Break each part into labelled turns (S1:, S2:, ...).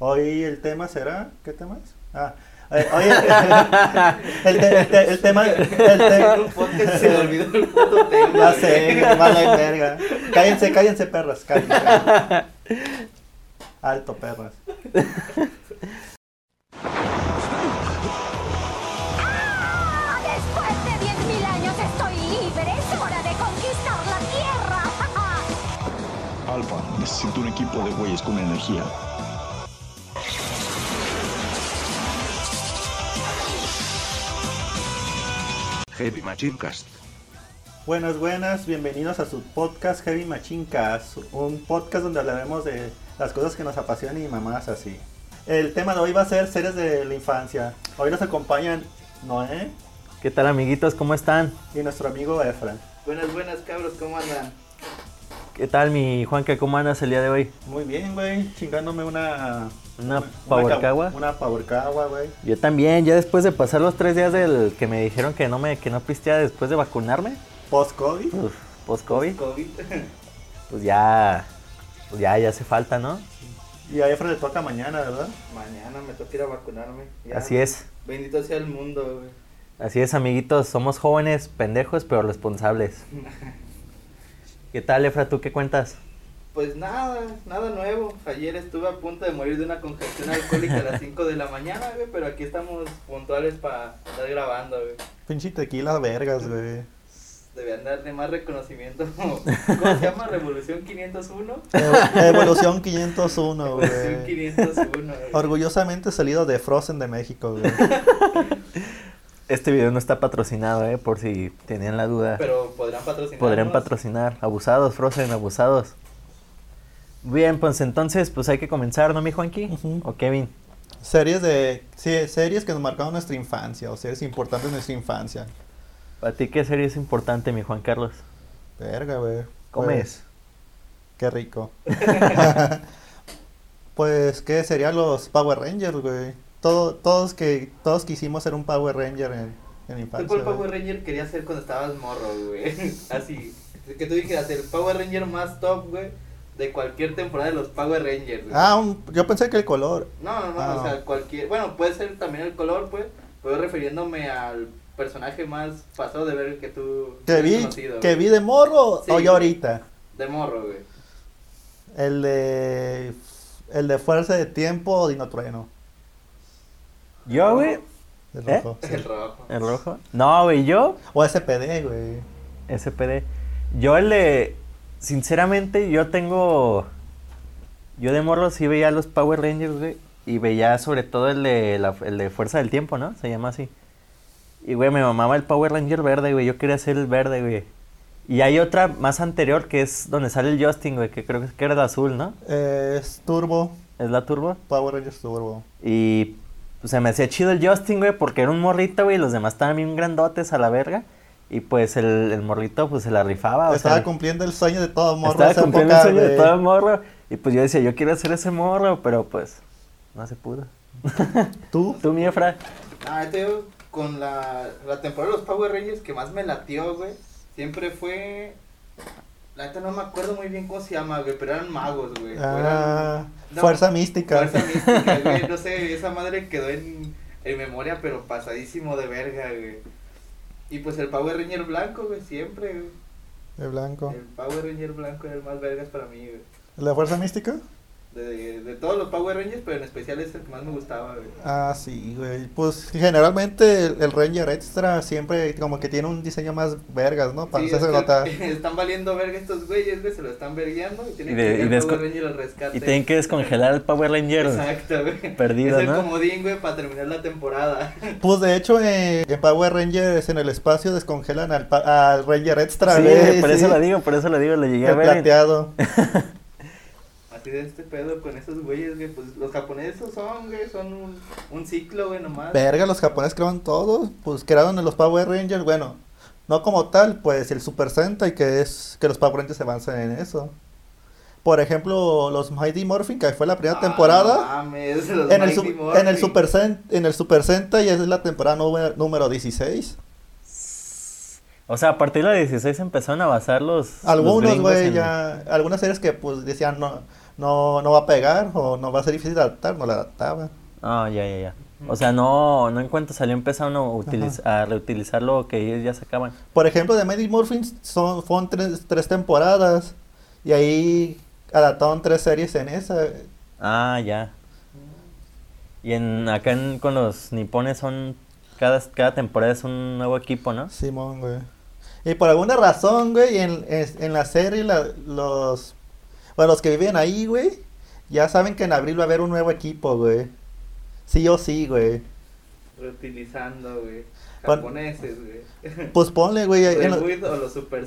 S1: Hoy el tema será, ¿qué tema es? Ah, eh, hoy el, el, te- el te- el tema, el te-
S2: Podcast se le olvidó el puto tema.
S1: ya sé, vale verga. Cállense, cállense perras, cállense. cállense. Alto perras.
S3: ¡Ah! Después de 10.000 años estoy libre, es hora de conquistar la Tierra.
S4: Alfa, necesito un equipo de güeyes con energía.
S5: Heavy Machine Cast.
S1: Buenas, buenas, bienvenidos a su podcast Heavy Machincas, un podcast donde hablaremos de las cosas que nos apasionan y mamadas así. El tema de hoy va a ser series de la infancia. Hoy nos acompañan Noé
S6: ¿Qué tal amiguitos? ¿Cómo están?
S1: y nuestro amigo Efran.
S2: Buenas, buenas, cabros, ¿cómo andan?
S6: ¿Qué tal mi Juanca? ¿Cómo andas el día de hoy?
S1: Muy bien, güey, chingándome una...
S6: Una
S1: ca-
S6: pavorcagua.
S1: Una pavorcagua, güey.
S6: Yo también, ya después de pasar los tres días del que me dijeron que no me que no pisteaba después de vacunarme,
S1: Post-COVID.
S6: pues, post-COVID,
S2: COVID.
S6: pues ya, pues ya, ya hace falta, ¿no?
S1: Y a Efra le toca mañana, ¿verdad?
S2: Mañana me toca ir a vacunarme. ya.
S6: Así es,
S2: Bendito sea el mundo, güey.
S6: así es amiguitos, somos jóvenes, pendejos, pero responsables. ¿Qué tal, Efra? ¿Tú qué cuentas?
S2: Pues nada, nada nuevo. Ayer estuve a punto de morir de una congestión alcohólica a las 5 de la mañana, güey, pero aquí estamos puntuales para estar grabando, güey.
S1: Pinche tequila vergas, güey.
S2: Debían darle más reconocimiento. ¿Cómo se llama? Revolución 501.
S1: Ev- Evolución 501,
S6: Eh.
S2: Revolución
S1: güey.
S2: 501, güey.
S1: Orgullosamente salido de Frozen de México, güey.
S6: Este video no está patrocinado, ¿eh? Por si tenían la duda.
S2: Pero podrán patrocinar.
S6: Podrían patrocinar. Abusados, Frozen, abusados. Bien, pues entonces, pues hay que comenzar, ¿no, mi Juanqui?
S1: Ujú.
S6: O Kevin.
S1: Series de. Sí, series que nos marcaron nuestra infancia, o series importantes de nuestra infancia.
S6: ¿Para ti qué serie es importante, mi Juan Carlos?
S1: Verga, güey.
S6: ¿Comes?
S1: Pues, qué rico. pues, ¿qué serían los Power Rangers, güey? Todo, todos que todos quisimos ser un Power Ranger en, en
S2: ¿Tú
S1: infancia.
S2: cuál
S1: güey.
S2: Power Ranger querías ser cuando estabas morro, güey? Así. Que tú dijeras el Power Ranger más top, güey, de cualquier temporada de los Power Rangers. güey.
S1: Ah, un- yo pensé que el color.
S2: No, no, no,
S1: ah.
S2: o sea, cualquier. Bueno, puede ser también el color, pues, pero refiriéndome al personaje más pasado de ver que tú.
S1: Que
S2: has
S1: vi,
S2: conocido,
S1: que
S2: güey.
S1: vi de morro
S2: Sí.
S1: o ya ahorita.
S2: De morro, güey.
S1: El de. El de Fuerza de Tiempo o Dinotrueno.
S6: ¿Yo, güey?
S1: El
S6: ¿Eh?
S1: rojo, sí.
S2: El rojo.
S6: ¿El rojo? No, güey, yo,
S1: O SPD, güey.
S6: SPD. Yo el de... Sinceramente, yo tengo... Yo de morro sí veía los Power Rangers, güey. Y veía sobre todo el de, la, el de Fuerza del Tiempo, ¿no? Se llama así. Y, güey, me mamaba el Power Ranger verde, güey. Yo quería ser el verde, güey. Y hay otra más anterior que es donde sale el Justin, güey, que creo que era de azul, ¿no?
S1: Eh, es Turbo.
S6: Es la turbo.
S1: Power Rangers Turbo.
S6: Y pues, se me hacía chido el Justin, güey, porque era un morrito, güey, y los demás estaban bien grandotes a la verga. Y pues el, el morrito, pues se la rifaba. o
S1: estaba
S6: sea,
S1: cumpliendo el sueño de todo morro.
S6: estaba
S1: esa
S6: cumpliendo el
S1: época,
S6: sueño de
S1: güey.
S6: todo morro. Y pues yo decía, yo quiero hacer ese morro, pero pues no se pudo.
S1: Tú,
S6: Tú, mi Efra.
S2: Ah, te digo, con la, la temporada de los Power Rangers que más me latió, güey, siempre fue... La neta no me acuerdo muy bien cómo se llama, güey, pero eran magos, güey. o eran-
S1: ah,
S2: No,
S1: Fuerza Mística.
S2: Fuerza mística, güey. No sé, esa madre quedó en, en memoria, pero pasadísimo de verga, güey. Y pues el Power Ranger blanco, güey, siempre, güey.
S1: De blanco.
S2: El Power Ranger blanco era el más vergas para mí, güey.
S1: ¿La Fuerza Mística?
S2: De, de, de todos los Power Rangers, pero en especial es el que más me gustaba, güey.
S1: Ah, sí, güey. Pues generalmente el, el Ranger Extra siempre como que tiene un diseño más vergas, ¿no? Para
S2: Sí,
S1: hacerse
S2: es que
S1: notar.
S2: Están valiendo verga estos güeyes, güey, se lo están vergueando y tienen
S6: Y
S2: que
S6: de-
S2: ir
S6: y
S2: al
S6: desco-
S2: Power Ranger al rescate.
S6: Y tienen que descongelar el Power Ranger. güey.
S2: Exacto, güey.
S6: Perdido,
S2: es el
S6: ¿no?
S2: comodín, güey, para terminar la temporada.
S1: Pues de hecho eh, en Power Rangers en el espacio descongelan al, pa- al Ranger Extra.
S6: Sí,
S1: güey,
S6: güey, por eso
S1: sí.
S6: lo digo, por eso lo digo, lo llegué a
S1: El
S6: ver. en-
S1: plateado.
S2: Así de este pedo con esos güeyes, güey. Pues los japoneses son, güey, son un, un ciclo, güey, nomás.
S1: Verga, los japoneses crearon todos, pues crearon los Power Rangers, bueno, no como tal, pues el Super Sentai que es que los Power Rangers se avanzan en eso. Por ejemplo, los Mighty Morphin que fue la primera
S2: Ah,
S1: temporada
S2: no mames, los
S1: en el,
S2: Mighty
S1: su-
S2: Morphin.
S1: en el Super Sen- en el Super Sentai es la temporada nube- número 16.
S6: O sea, a partir de la 16 empezaron a basar los. los
S1: Algunos,
S6: gringos
S1: güey,
S6: en-
S1: ya algunas series que pues decían no no, no va a pegar o no va a ser difícil adaptar, no la adaptaba.
S6: Ah, ya, ya, ya. O sea, no, no en cuanto salió empezaron a, utiliz- a reutilizar lo que ellos ya sacaban.
S1: Por ejemplo, de Mighty Morphin son, fueron tres, tres temporadas y ahí adaptaron tres series en esa.
S6: Ah, ya. Y en acá en- con los nipones son cada, cada temporada es un nuevo equipo, ¿no?
S1: Simón, güey. Y por alguna razón, güey, en, en- en la serie la- los, bueno, los que viven ahí, güey, ya saben que en abril va a haber un nuevo equipo, güey. Sí o sí, güey.
S2: Reutilizando, güey.
S1: Pon-
S2: Japoneses, güey.
S1: Pues ponle, güey. en la-
S2: Reboot o los Super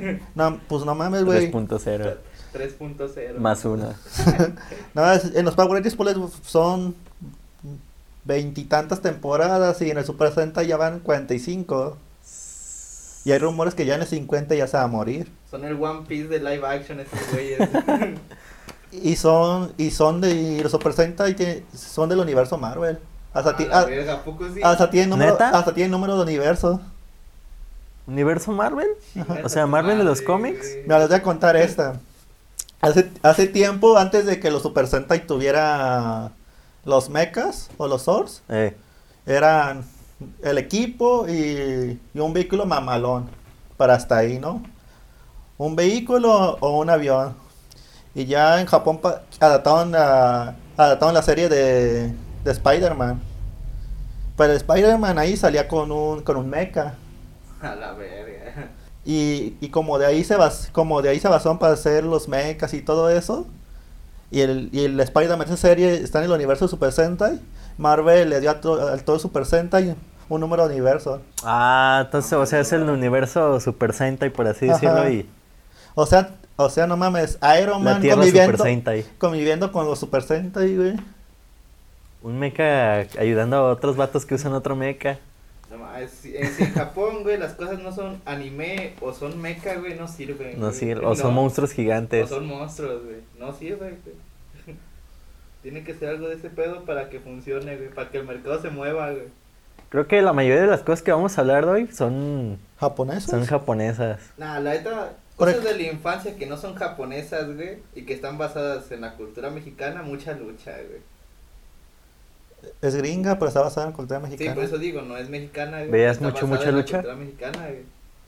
S2: güey.
S1: No, pues no mames, güey.
S6: 3.0
S2: 3.0.
S6: más uno.
S1: No, es- en los Power Rangers pues, son veintitantas temporadas y en el Super Sentai ya van 45. Y hay rumores que ya en el 50 ya se va a morir.
S2: Son el One Piece de live action estos güeyes.
S1: Y son, y son de y los Super Sentai tie- son del universo Marvel. Hasta,
S2: A
S1: ti-
S2: Ah, la
S1: a-
S2: verga, ¿a poco sí?
S1: hasta tiene número,
S6: ¿Neta?
S1: hasta tiene número de universo.
S6: ¿Universo Marvel?
S2: Chingas
S6: O
S2: a
S6: sea,
S2: tu
S6: Marvel de los
S2: madre,
S6: cómics.
S2: güey.
S1: Me les voy a contar esta. Hace, hace tiempo, antes de que los Super Sentai tuviera los mechas o los swords,
S6: Eh,
S1: eran el equipo y, y un vehículo mamalón para hasta ahí, ¿no? Un vehículo o un avión. Y ya en Japón pa- adaptaron, la, adaptaron la serie de, de Spider-Man. Pero Spider-Man ahí salía con un, con un mecha.
S2: A la verga.
S1: Y, y como de ahí se bas, como de ahí se basaron para hacer los mechas y todo eso. Y el, y el Spider-Man esa serie está en el universo de Super Sentai. Marvel le dio a to- al todo Super Sentai un número de universo.
S6: Ah, entonces, o sea, es el universo Super Sentai, por así decirlo,
S1: Ajá.
S6: y
S1: O sea, o sea, no mames, Iron
S6: la
S1: Man
S6: Tierra Super
S1: conviviendo,
S6: Sentai.
S1: conviviendo con los Super Sentai, güey.
S6: Un mecha ayudando a otros vatos que usan otro mecha.
S2: No, ma, es- en, si en Japón, güey, las cosas no son anime o son mecha, güey, no sirven.
S6: No
S2: güey.
S6: sé, o son
S2: No,
S6: monstruos
S2: O
S6: gigantes.
S2: son monstruos, güey. No sirven, güey. Tiene que ser algo de ese pedo para que funcione, güey. Para que el mercado se mueva, güey.
S6: Creo que la mayoría de las cosas que vamos a hablar de hoy son,
S1: Japoneses.
S6: son japonesas.
S2: Nah, la neta,
S1: Por
S2: cosas de la infancia que no son japonesas, güey, y que están basadas en la cultura mexicana, mucha lucha, güey.
S1: Es gringa, pero está basada en cultura
S2: Sí,
S1: mexicana.
S2: por eso digo, no es mexicana, güey.
S6: ¿Veías
S2: está
S6: mucho,
S2: basada
S6: mucha
S2: en la
S6: lucha?
S2: cultura mexicana, güey.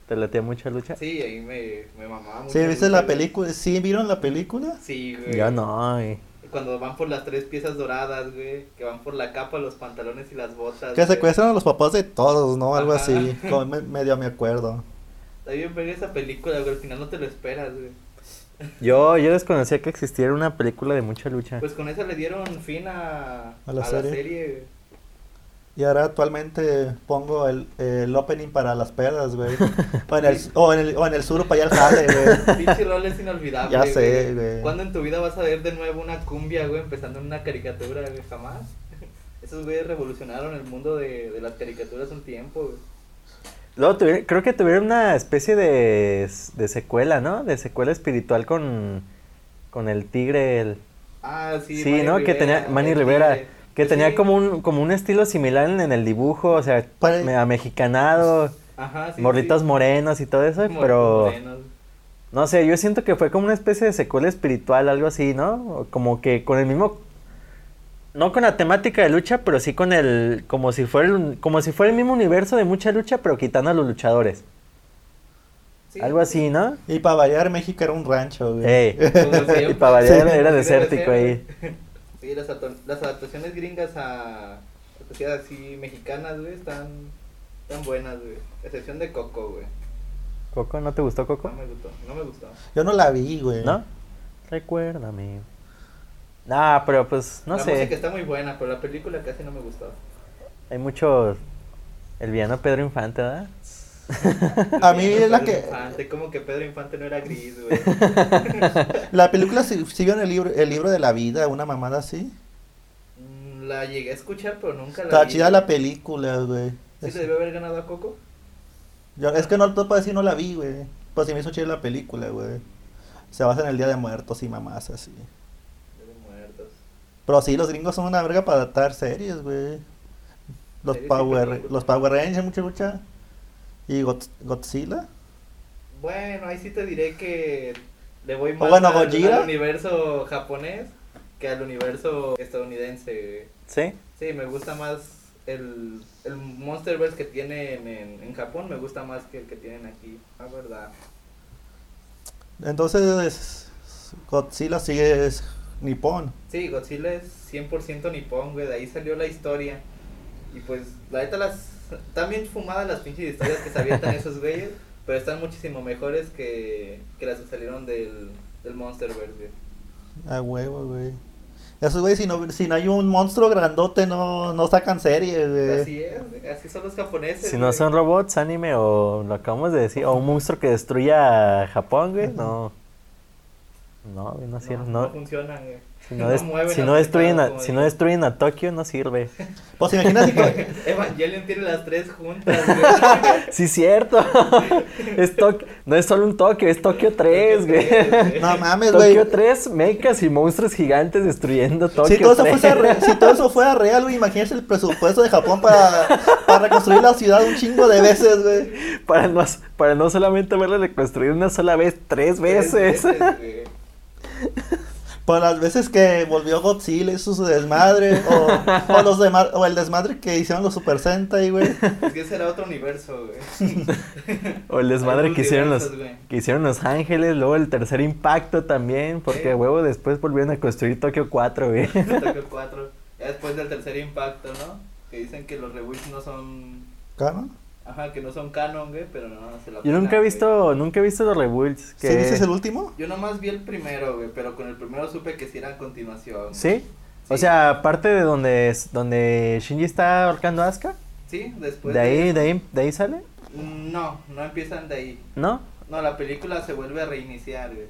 S6: ¿Te latía mucha lucha?
S2: Sí, ahí me, me mamaba mucho.
S1: Sí, ¿viste la
S2: güey.
S1: película? ¿Sí vieron la película?
S2: Sí, güey.
S6: Yo no, güey.
S2: Cuando van por las tres piezas doradas, güey, que van por la capa, los pantalones y las botas.
S1: Que
S2: güey.
S1: secuestran a los papás de todos, ¿no? Algo
S2: Ajá.
S1: así, como me- medio me acuerdo.
S2: Está bien ver esa película, güey, al final no te lo esperas, güey.
S6: Yo, yo desconocía que existiera una película de mucha lucha.
S2: Pues con esa le dieron fin a,
S1: A la serie.
S2: güey.
S1: Y ahora actualmente pongo el, el opening para las perras, güey. O en el, o en el, o en el sur para allá al jale, güey.
S2: Pinche rol es inolvidable.
S1: Ya sé, güey.
S2: ¿Cuándo en tu vida vas a ver de nuevo una cumbia, güey, empezando en una caricatura, güey? Jamás. Esos güeyes revolucionaron el mundo de, de las caricaturas un tiempo, güey.
S6: Luego tuvieron- creo que tuvieron una especie de, de secuela, ¿no? De secuela espiritual con, con el tigre. El...
S2: Ah, sí.
S6: Sí,
S2: Manny
S6: ¿no? que
S2: Rivera,
S6: tenía Manny
S2: el
S6: Rivera.
S2: tigre.
S6: Que
S2: Pues
S6: tenía
S2: sí.
S6: como un, como un estilo similar en, en el dibujo, o sea,
S1: Pare-
S6: me- amexicanado,
S2: Ajá, sí,
S6: morritos
S2: sí.
S6: morenos y todo eso,
S2: Morritos
S6: pero
S2: morenos.
S6: no sé, yo siento que fue como una especie de secuela espiritual, algo así, ¿no? O Como que con el mismo, no con la temática de lucha, pero sí con el, como si fuera el, como si fuera el mismo universo de mucha lucha, pero quitando a los luchadores,
S2: Sí,
S6: algo así, ¿no?
S1: Y para variar, México era un rancho, güey.
S6: Ey.
S2: como siempre.
S6: Y para variar
S1: Sí.
S6: era
S2: Sí,
S6: desértico
S2: debe
S6: ahí.
S2: ser, güey. Sí, las, ato- las adaptaciones gringas a a sociedades así mexicanas, güey, están, están buenas, güey. Excepción de Coco, güey.
S6: ¿Coco? ¿No te gustó Coco?
S2: No me gustó, no me gustó.
S1: Yo no la vi, güey.
S6: ¿No? Recuérdame. Ah, pero pues, no
S2: la
S6: sé.
S2: música está muy buena, pero la película casi no me gustó.
S6: Hay mucho. El villano Pedro Infante, ¿verdad?
S1: A mí
S2: Pedro
S1: es la que...
S2: Infante, como que Pedro Infante no era gris, güey.
S1: La película si- sigue en el libro, el libro de la vida, una mamada así.
S2: Mm, la llegué a escuchar, pero nunca la
S1: Está
S2: vi.
S1: chida la película, güey.
S2: ¿Sí
S1: Es,
S2: le debió haber ganado a Coco?
S1: yo- es que no te puedo decir no la vi, güey. Pues sí me hizo chida la película, güey. Se basa en el Día de Muertos y mamás así.
S2: Día de muertos.
S1: Pero sí, los gringos son una verga para adaptar series, güey. Los
S2: Series y
S1: Power,
S2: películas.
S1: los Power Rangers, mucha lucha. Y Got- Godzilla.
S2: Bueno, ahí sí te diré que Le voy
S1: O
S2: más
S1: bueno,
S2: al,
S1: Gojira.
S2: al universo japonés que al universo estadounidense.
S6: ¿Sí?
S2: güey. Sí, me gusta más el, el Monsterverse que tienen en, en Japón, me gusta más que el que tienen aquí, la verdad.
S1: Entonces, Godzilla sigue es nipón.
S2: Sí, Godzilla es 100% nipón, güey, de ahí salió la historia. Y pues, la neta, las. Están bien fumadas las pinches historias que se avientan esos güeyes, pero están muchísimo mejores que, que las que salieron del, del Monsterverse, güey.
S1: A huevo, güey. Esos güey, si no, si no hay un monstruo grandote, no, no sacan serie, güey.
S2: Así es, güey, así son los japoneses.
S6: Si no
S2: güey.
S6: son robots, anime o lo acabamos de decir, o un monstruo que destruya a Japón, güey, no. No, güey, no
S2: no,
S6: sirve.
S2: no
S6: No,
S2: funcionan, güey.
S6: si no,
S2: No
S6: des-
S2: mueven
S6: si
S2: al
S6: no
S2: mercado,
S6: destruyen a,
S2: como
S6: si no
S2: dicen.
S6: destruyen a Tokio, no sirve.
S1: Pues imagínate que...
S2: Evangelion tiene las tres juntas, güey.
S6: Sí, cierto. es Tok- no es solo un Tokio, es Tokio 3, güey.
S1: No mames, güey.
S6: Tokio 3, mechas y monstruos gigantes destruyendo Tokio
S1: Si todo, eso
S6: 3.
S1: fuese re- si todo eso fuera real, güey, imagínense el presupuesto de Japón para, para reconstruir la ciudad un chingo de veces, güey.
S6: para, no, para no solamente verlo reconstruir una sola vez, tres
S2: Tres
S6: veces.
S2: güey.
S1: Por las veces que volvió Godzilla y su su desmadre, o, o los dema- o el desmadre que hicieron los Super Sentai, güey.
S2: Es que ese era otro universo, güey.
S6: O el desmadre
S2: Hay
S6: que hicieron, los,
S2: multiversos, güey.
S6: que hicieron Los Ángeles, luego el tercer impacto también, porque
S2: Sí.
S6: huevo después volvieron a construir Tokio 4, güey.
S2: Tokio 4. Ya después del tercer impacto, ¿no? Que dicen que los reboots no son.
S1: ¿Cano?
S2: Ajá, que no son canon, güey, pero no, se la
S6: Yo
S2: pelan,
S6: nunca he
S2: güey.
S6: visto, nunca he visto los Rebuilds.
S1: ¿Sí
S6: Que...
S1: dices el último?
S2: Yo nomás vi el primero, güey, pero con el primero supe que sí era continuación.
S6: ¿Sí? O
S2: Sí.
S6: sea, aparte de donde, es- donde Shinji está ahorcando a Asuka,
S2: Pues Sí, después. Mm,
S6: de ahí, de ahí, de ahí sale,
S2: No, no empiezan de ahí.
S6: ¿no?
S2: No, la película se vuelve a reiniciar, güey.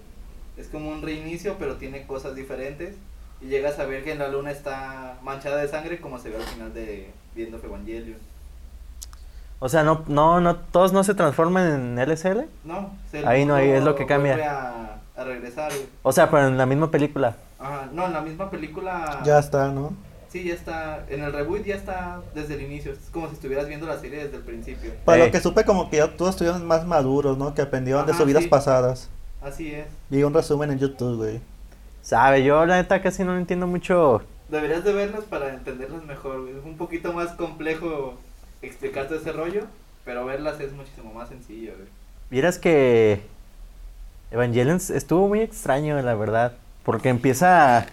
S2: Es como un reinicio, pero tiene cosas diferentes. Y llegas a ver que en la luna está manchada de sangre, como se ve al final de Viendo Evangelio.
S6: O sea, no, no, no, todos no se transforman en LSL.
S2: No, se-
S6: Ahí no, ahí es lo
S2: no
S6: que cambia.
S2: vuelve A, a regresar, güey.
S6: O sea, pero en la misma película.
S2: Ajá, no, en la misma película.
S1: Ya está, ¿no?
S2: Sí, ya está. En el reboot ya está desde el inicio. Es como si estuvieras viendo la serie desde el principio.
S1: Para
S6: Ey.
S1: lo que supe, como que ya todos estuvieron más maduros, ¿no? Que aprendieron de
S2: Ajá,
S1: sus vidas
S2: sí.
S1: pasadas.
S2: Así es.
S1: Vi un resumen en YouTube, güey.
S6: Sabe, yo la neta casi no entiendo mucho.
S2: Deberías de verlas para entenderlas mejor. güey. Es un poquito más complejo explicarte ese rollo, pero verlas es muchísimo más sencillo. güey.
S6: Vieras que Evangelion estuvo muy extraño, la verdad. Porque empieza.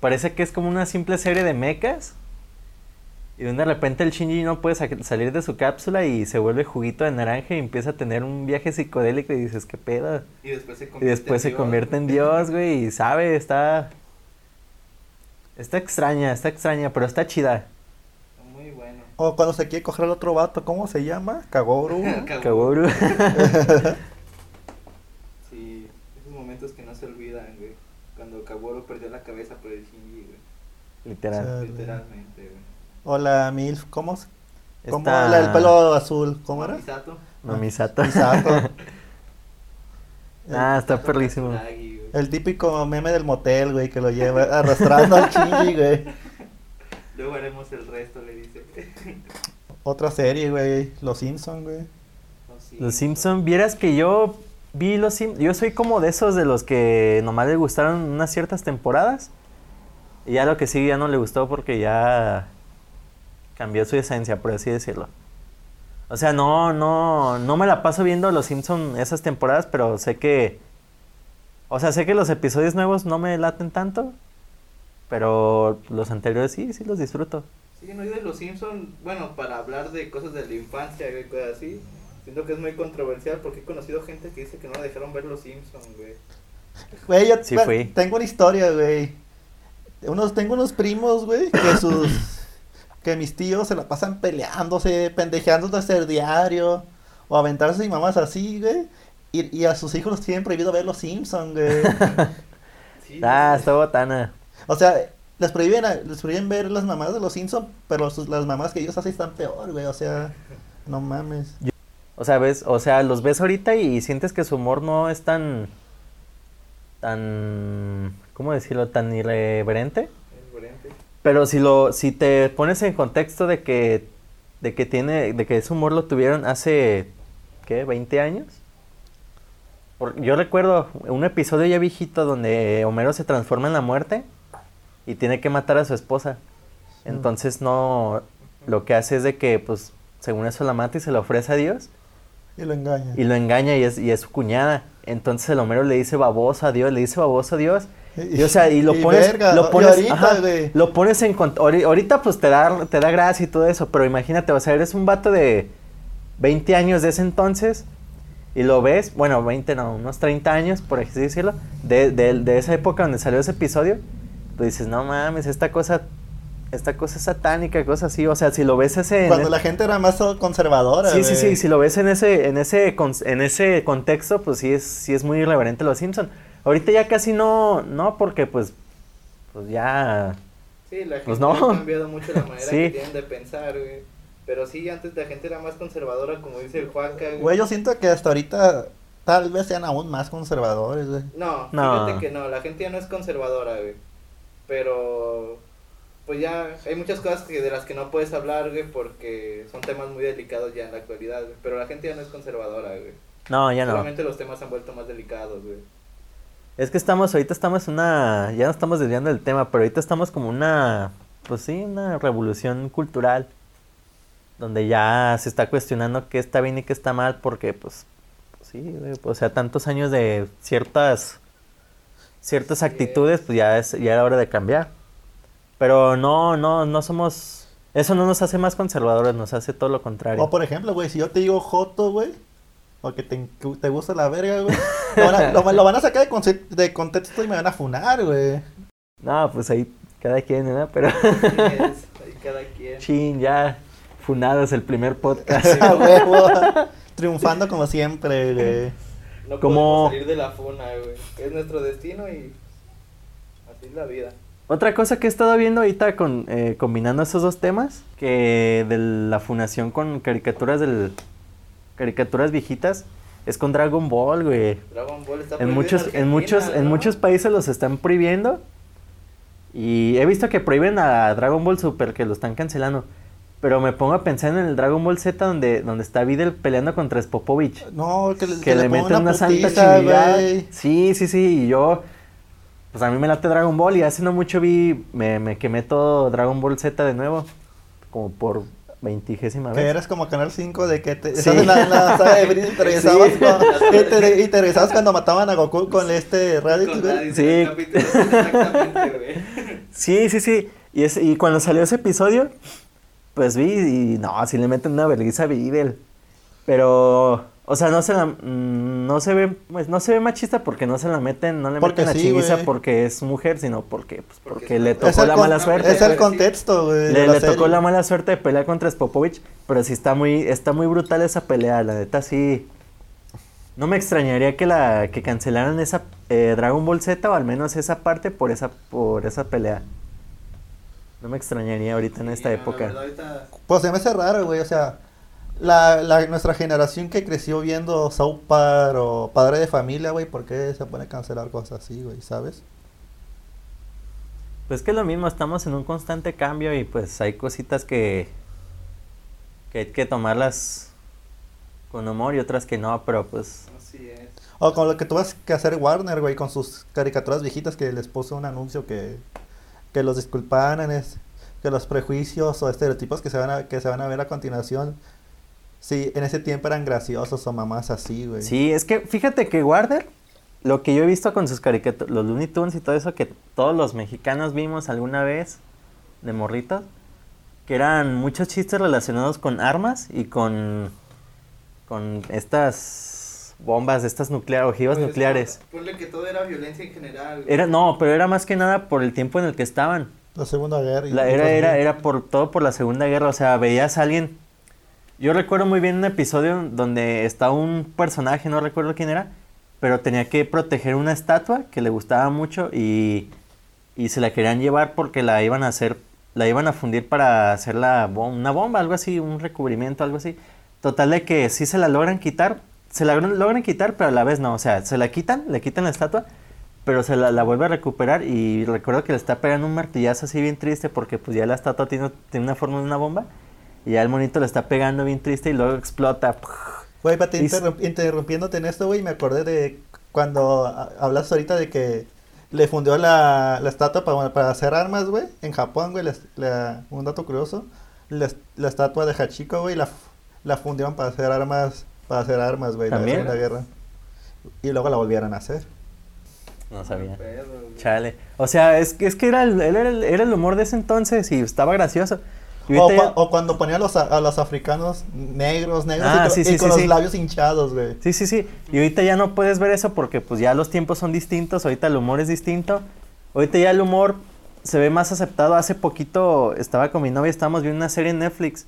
S6: Parece que es como una simple serie de mechas. Y de repente el Shinji no puede sa- salir de su cápsula y se vuelve juguito de naranja y empieza a tener un viaje psicodélico y dices, ¿qué pedo?
S2: Y después se
S6: Y
S2: convierte
S6: después se
S2: Dios.
S6: convierte en Dios, güey, y sabe, está. Está extraña, está extraña, pero está chida.
S2: Muy bueno.
S1: O cuando se quiere coger al otro vato, ¿cómo se llama? Kagoru.
S2: Cagó.
S6: Kaworu.
S2: Sí, esos momentos que no se olvidan, güey. Cuando Kaworu perdió la cabeza por el Shinji, güey.
S6: Literal.
S1: Ah, güey.
S2: Literalmente, güey.
S1: Hola, Milf. ¿Cómo, se- cómo
S6: Está-
S1: la del pelo azul? ¿Cómo era?
S2: Misato.
S6: No, Misato.
S1: Misato.
S6: Ah, está perlísimo.
S2: Katsuragi, güey.
S1: El típico meme del motel, güey, que lo lleva arrastrando al chingy, güey.
S2: Luego haremos el resto, le dice.
S1: Otra serie, güey. Los Simpson, güey.
S2: Los
S6: Los Simpson, vieras que yo vi los Simpson, yo soy como de esos de los que nomás le gustaron unas ciertas temporadas y ya lo que sí ya no le gustó porque ya cambió su esencia, por así decirlo. O sea, no, no, no me la paso viendo los Simpson esas temporadas, pero sé que, o sea, sé que los episodios nuevos no me laten tanto, pero los anteriores sí, sí los disfruto.
S2: Sí, no y de los Simpson, bueno, para hablar de cosas de la infancia y cosas así, siento que es muy controversial porque he conocido gente que dice que no le dejaron ver los Simpson, güey.
S1: Güey, yo
S6: Sí
S1: bueno,
S6: fui.
S1: tengo una historia, güey. Unos, tengo unos primos, güey, que sus... que mis tíos se la pasan peleándose, pendejeándose el diario, o aventarse y mamás así, güey. Y, y a sus hijos los tienen prohibido ver los Simpson, güey.
S2: Sí,
S6: Ah,
S2: güey.
S6: está botana.
S1: O sea, les prohíben, a- les prohíben ver las mamás de los Simpson, pero sus- las mamás que ellos hacen están peor, güey. O sea, no mames.
S6: O sea, ves, o sea, los ves ahorita y sientes que su humor no es tan, tan, ¿cómo decirlo? Tan irreverente.
S2: Es diferente.
S6: Pero si lo, si te pones en contexto de que, de que tiene, de que ese humor lo tuvieron hace, ¿qué? ¿20 años? Por- yo recuerdo un episodio ya viejito donde Homero se transforma en la muerte y tiene que matar a su esposa. Entonces no, lo que hace es de que, pues, según eso la mata y se la ofrece a Dios
S1: Y lo engaña.
S6: y lo engaña y es, y es su cuñada. Entonces el Homero le dice baboso a Dios, le dice baboso a Dios. Y, o sea, y lo
S1: Y
S6: pones,
S1: verga,
S6: lo
S1: y
S6: pones,
S1: ahorita,
S6: ajá,
S1: güey.
S6: lo pones en cont- ahori- ahorita pues te da, te da gracia y todo eso, pero imagínate, o sea, eres un vato de 20 años de ese entonces y lo ves, bueno, 20 no, unos 30 años, por así decirlo, de, de- de esa época donde salió ese episodio, tú dices, no mames, esta cosa, esta cosa es satánica, cosa así, o sea, si lo ves ese... en
S1: Cuando
S6: e-
S1: la gente era más conservadora.
S6: Sí, sí,
S1: güey.
S6: sí, si lo ves en ese, en ese, con- en ese contexto, pues sí es, sí es muy irreverente los Simpson. Ahorita ya casi no, no, porque pues, pues ya,
S2: Sí, la gente
S6: Pues no.
S2: ha cambiado mucho la manera
S6: Sí.
S2: que tienen de pensar, güey. Pero sí, antes la gente era más conservadora, como dice el Juanca, güey.
S1: Güey, yo siento que hasta ahorita tal vez sean aún más conservadores, güey.
S2: No,
S6: No.
S2: fíjate que no, la gente ya no es conservadora, güey. Pero pues ya hay muchas cosas que de las que no puedes hablar, güey, porque son temas muy delicados ya en la actualidad, güey. Pero la gente ya no es conservadora, güey.
S6: no, ya no.
S2: Solamente los temas se han vuelto más delicados, güey.
S6: Es que estamos, ahorita estamos en una, ya no estamos desviando del tema, pero ahorita estamos como una, pues sí, una revolución cultural, donde ya se está cuestionando qué está bien y qué está mal, porque pues, pues, sí, güey, o sea, tantos años de ciertas, ciertas
S2: Así
S6: actitudes, pues ya es, ya era hora de cambiar. Pero no, no, no somos, eso no nos hace más conservadores, nos hace todo lo contrario.
S1: O por ejemplo, güey, si yo te digo Joto, güey, o que te, encu- te gusta la verga, güey, lo, van a- lo- lo van a sacar de, conce- de contexto y me van a funar, güey.
S6: No, pues ahí cada quien, ¿verdad? Pero,
S2: Así es, ahí cada quien.
S6: chin, ya, funados el primer podcast.
S1: A huevo. Triunfando como siempre, güey.
S2: No
S6: Como-
S2: podemos salir de la funa, güey. Es nuestro destino y así es la vida.
S6: Otra cosa que he estado viendo ahorita con, eh, combinando esos dos temas, que de la fundación con caricaturas del caricaturas viejitas, es con Dragon Ball, güey.
S2: Dragon Ball está
S6: En
S2: prohibido
S6: muchos, en
S2: Argentina,
S6: muchos, en
S2: ¿no?
S6: muchos países los están prohibiendo. Y he visto que prohíben a Dragon Ball Super, que lo están cancelando. Pero me pongo a pensar en el Dragon Ball Z donde, donde está Videl peleando contra Spopovich.
S1: No, que,
S6: Que le
S1: pongan
S6: meten una santa
S1: putiza,
S6: chingada.
S1: güey.
S6: Sí, sí, sí. Y yo, pues a mí me late Dragon Ball. Y hace no mucho vi, me, me quemé todo Dragon Ball Z de nuevo. Como por veintigésima
S1: Que
S6: vez.
S1: eras como Canal 5 de que te,
S6: Sí.
S1: estás en la, en la saga de Brin y te regresabas,
S6: Sí.
S1: cuando, y te, y te regresabas cuando mataban a Goku con este Raditz,
S2: Con
S1: güey.
S2: Raditz en el
S6: Sí.
S2: capítulo, exactamente, güey.
S6: Sí, sí, sí. Y, es- y cuando salió ese episodio, pues vi y no, si le meten una vergüenza a Videl. Pero, o sea, no se la, mm, no se ve, pues no se ve machista porque no se la meten, no le
S1: Porque
S6: meten la
S1: sí,
S6: chinguiza
S1: güey.
S6: porque es mujer, sino porque, pues,
S2: Porque
S6: porque,
S2: es
S6: le
S2: una-
S6: tocó
S1: el
S6: la
S1: con-
S6: mala suerte.
S1: Es el
S2: güey.
S1: contexto, güey. de
S6: Le,
S1: la
S6: le tocó
S1: serie.
S6: la mala suerte de pelear contra Spopovich, pero sí está muy, está muy brutal esa pelea, la neta sí. No me extrañaría que la que cancelaran esa eh, Dragon Ball Z o al menos esa parte por esa por esa pelea. No me extrañaría ahorita en esta
S2: Y, no, la
S6: época.
S2: verdad, ahorita-
S1: Pues se me hace raro, güey. O sea, la, la- nuestra generación que creció viendo South Park o Padre de Familia, güey, ¿por qué se pone a cancelar cosas así, güey? ¿Sabes?
S6: Pues que es lo mismo, estamos en un constante cambio y pues hay cositas que que hay que tomarlas con humor y otras que no, pero pues
S2: Así es.
S1: O con lo que tuvo que hacer Warner, güey, con sus caricaturas viejitas que les puso un anuncio que, que los disculparan, es, que los prejuicios o estereotipos que se van a, que se van a ver a continuación, sí, en ese tiempo eran graciosos o mamás así, güey.
S6: Sí, es que fíjate que Warner, lo que yo he visto con sus caricaturas, los Looney Tunes y todo eso que todos los mexicanos vimos alguna vez de morritos, que eran muchos chistes relacionados con armas y con, con estas bombas, estas nucleares, ojivas
S2: Pues,
S6: nucleares.
S2: Ponle que todo era violencia en general. güey.
S6: Era, no, pero era más que nada por el tiempo en el que estaban.
S1: La Segunda Guerra. y-
S6: La-
S1: y
S6: era,
S1: cosas
S6: era,
S1: así.
S6: era por todo por la Segunda Guerra. O sea, veías a alguien. Yo recuerdo muy bien un episodio donde estaba un personaje, no recuerdo quién era, pero tenía que proteger una estatua que le gustaba mucho y, y se la querían llevar porque la iban a hacer, la iban a fundir para hacer la bom- una bomba, algo así, un recubrimiento, algo así. Total de que sí se la logran quitar, se la logran- logran quitar, pero a la vez no, o sea, se la quitan, le quitan la estatua, pero se la, la vuelve a recuperar y recuerdo que le está pegando un martillazo así bien triste porque pues ya la estatua tiene, tiene una forma de una bomba y ya el monito le está pegando bien triste y luego explota.
S1: Güey, espérate,
S6: Y s-
S1: interrum- interrumpiéndote en esto, güey, me acordé de
S7: cuando ha- hablas ahorita de que le fundió la, la estatua para, para hacer armas, güey, en Japón, güey, les- la- un dato curioso, la, est- la estatua de Hachiko, güey, la, f- la fundieron para hacer armas, para hacer armas, güey, en la
S6: ¿También?
S7: Segunda Guerra. Y luego la volvieron a hacer.
S6: No sabía.
S7: pues.
S2: Pero, güey.
S6: Chale. O sea, es que, es que era, el, él era, el, era el humor de ese entonces y estaba gracioso. Y
S7: O,
S6: ahorita
S7: cua-
S6: ya-
S7: o cuando ponía a los, a, a los africanos negros, negros,
S6: Ah,
S7: y, con-
S6: sí,
S7: y
S6: sí,
S7: con
S6: sí,
S7: los
S6: sí.
S7: labios hinchados, güey.
S6: Sí, sí, sí. Y ahorita ya no puedes ver eso porque pues ya los tiempos son distintos, ahorita el humor es distinto. Ahorita ya el humor se ve más aceptado. Hace poquito estaba con mi novia, estábamos viendo una serie en Netflix.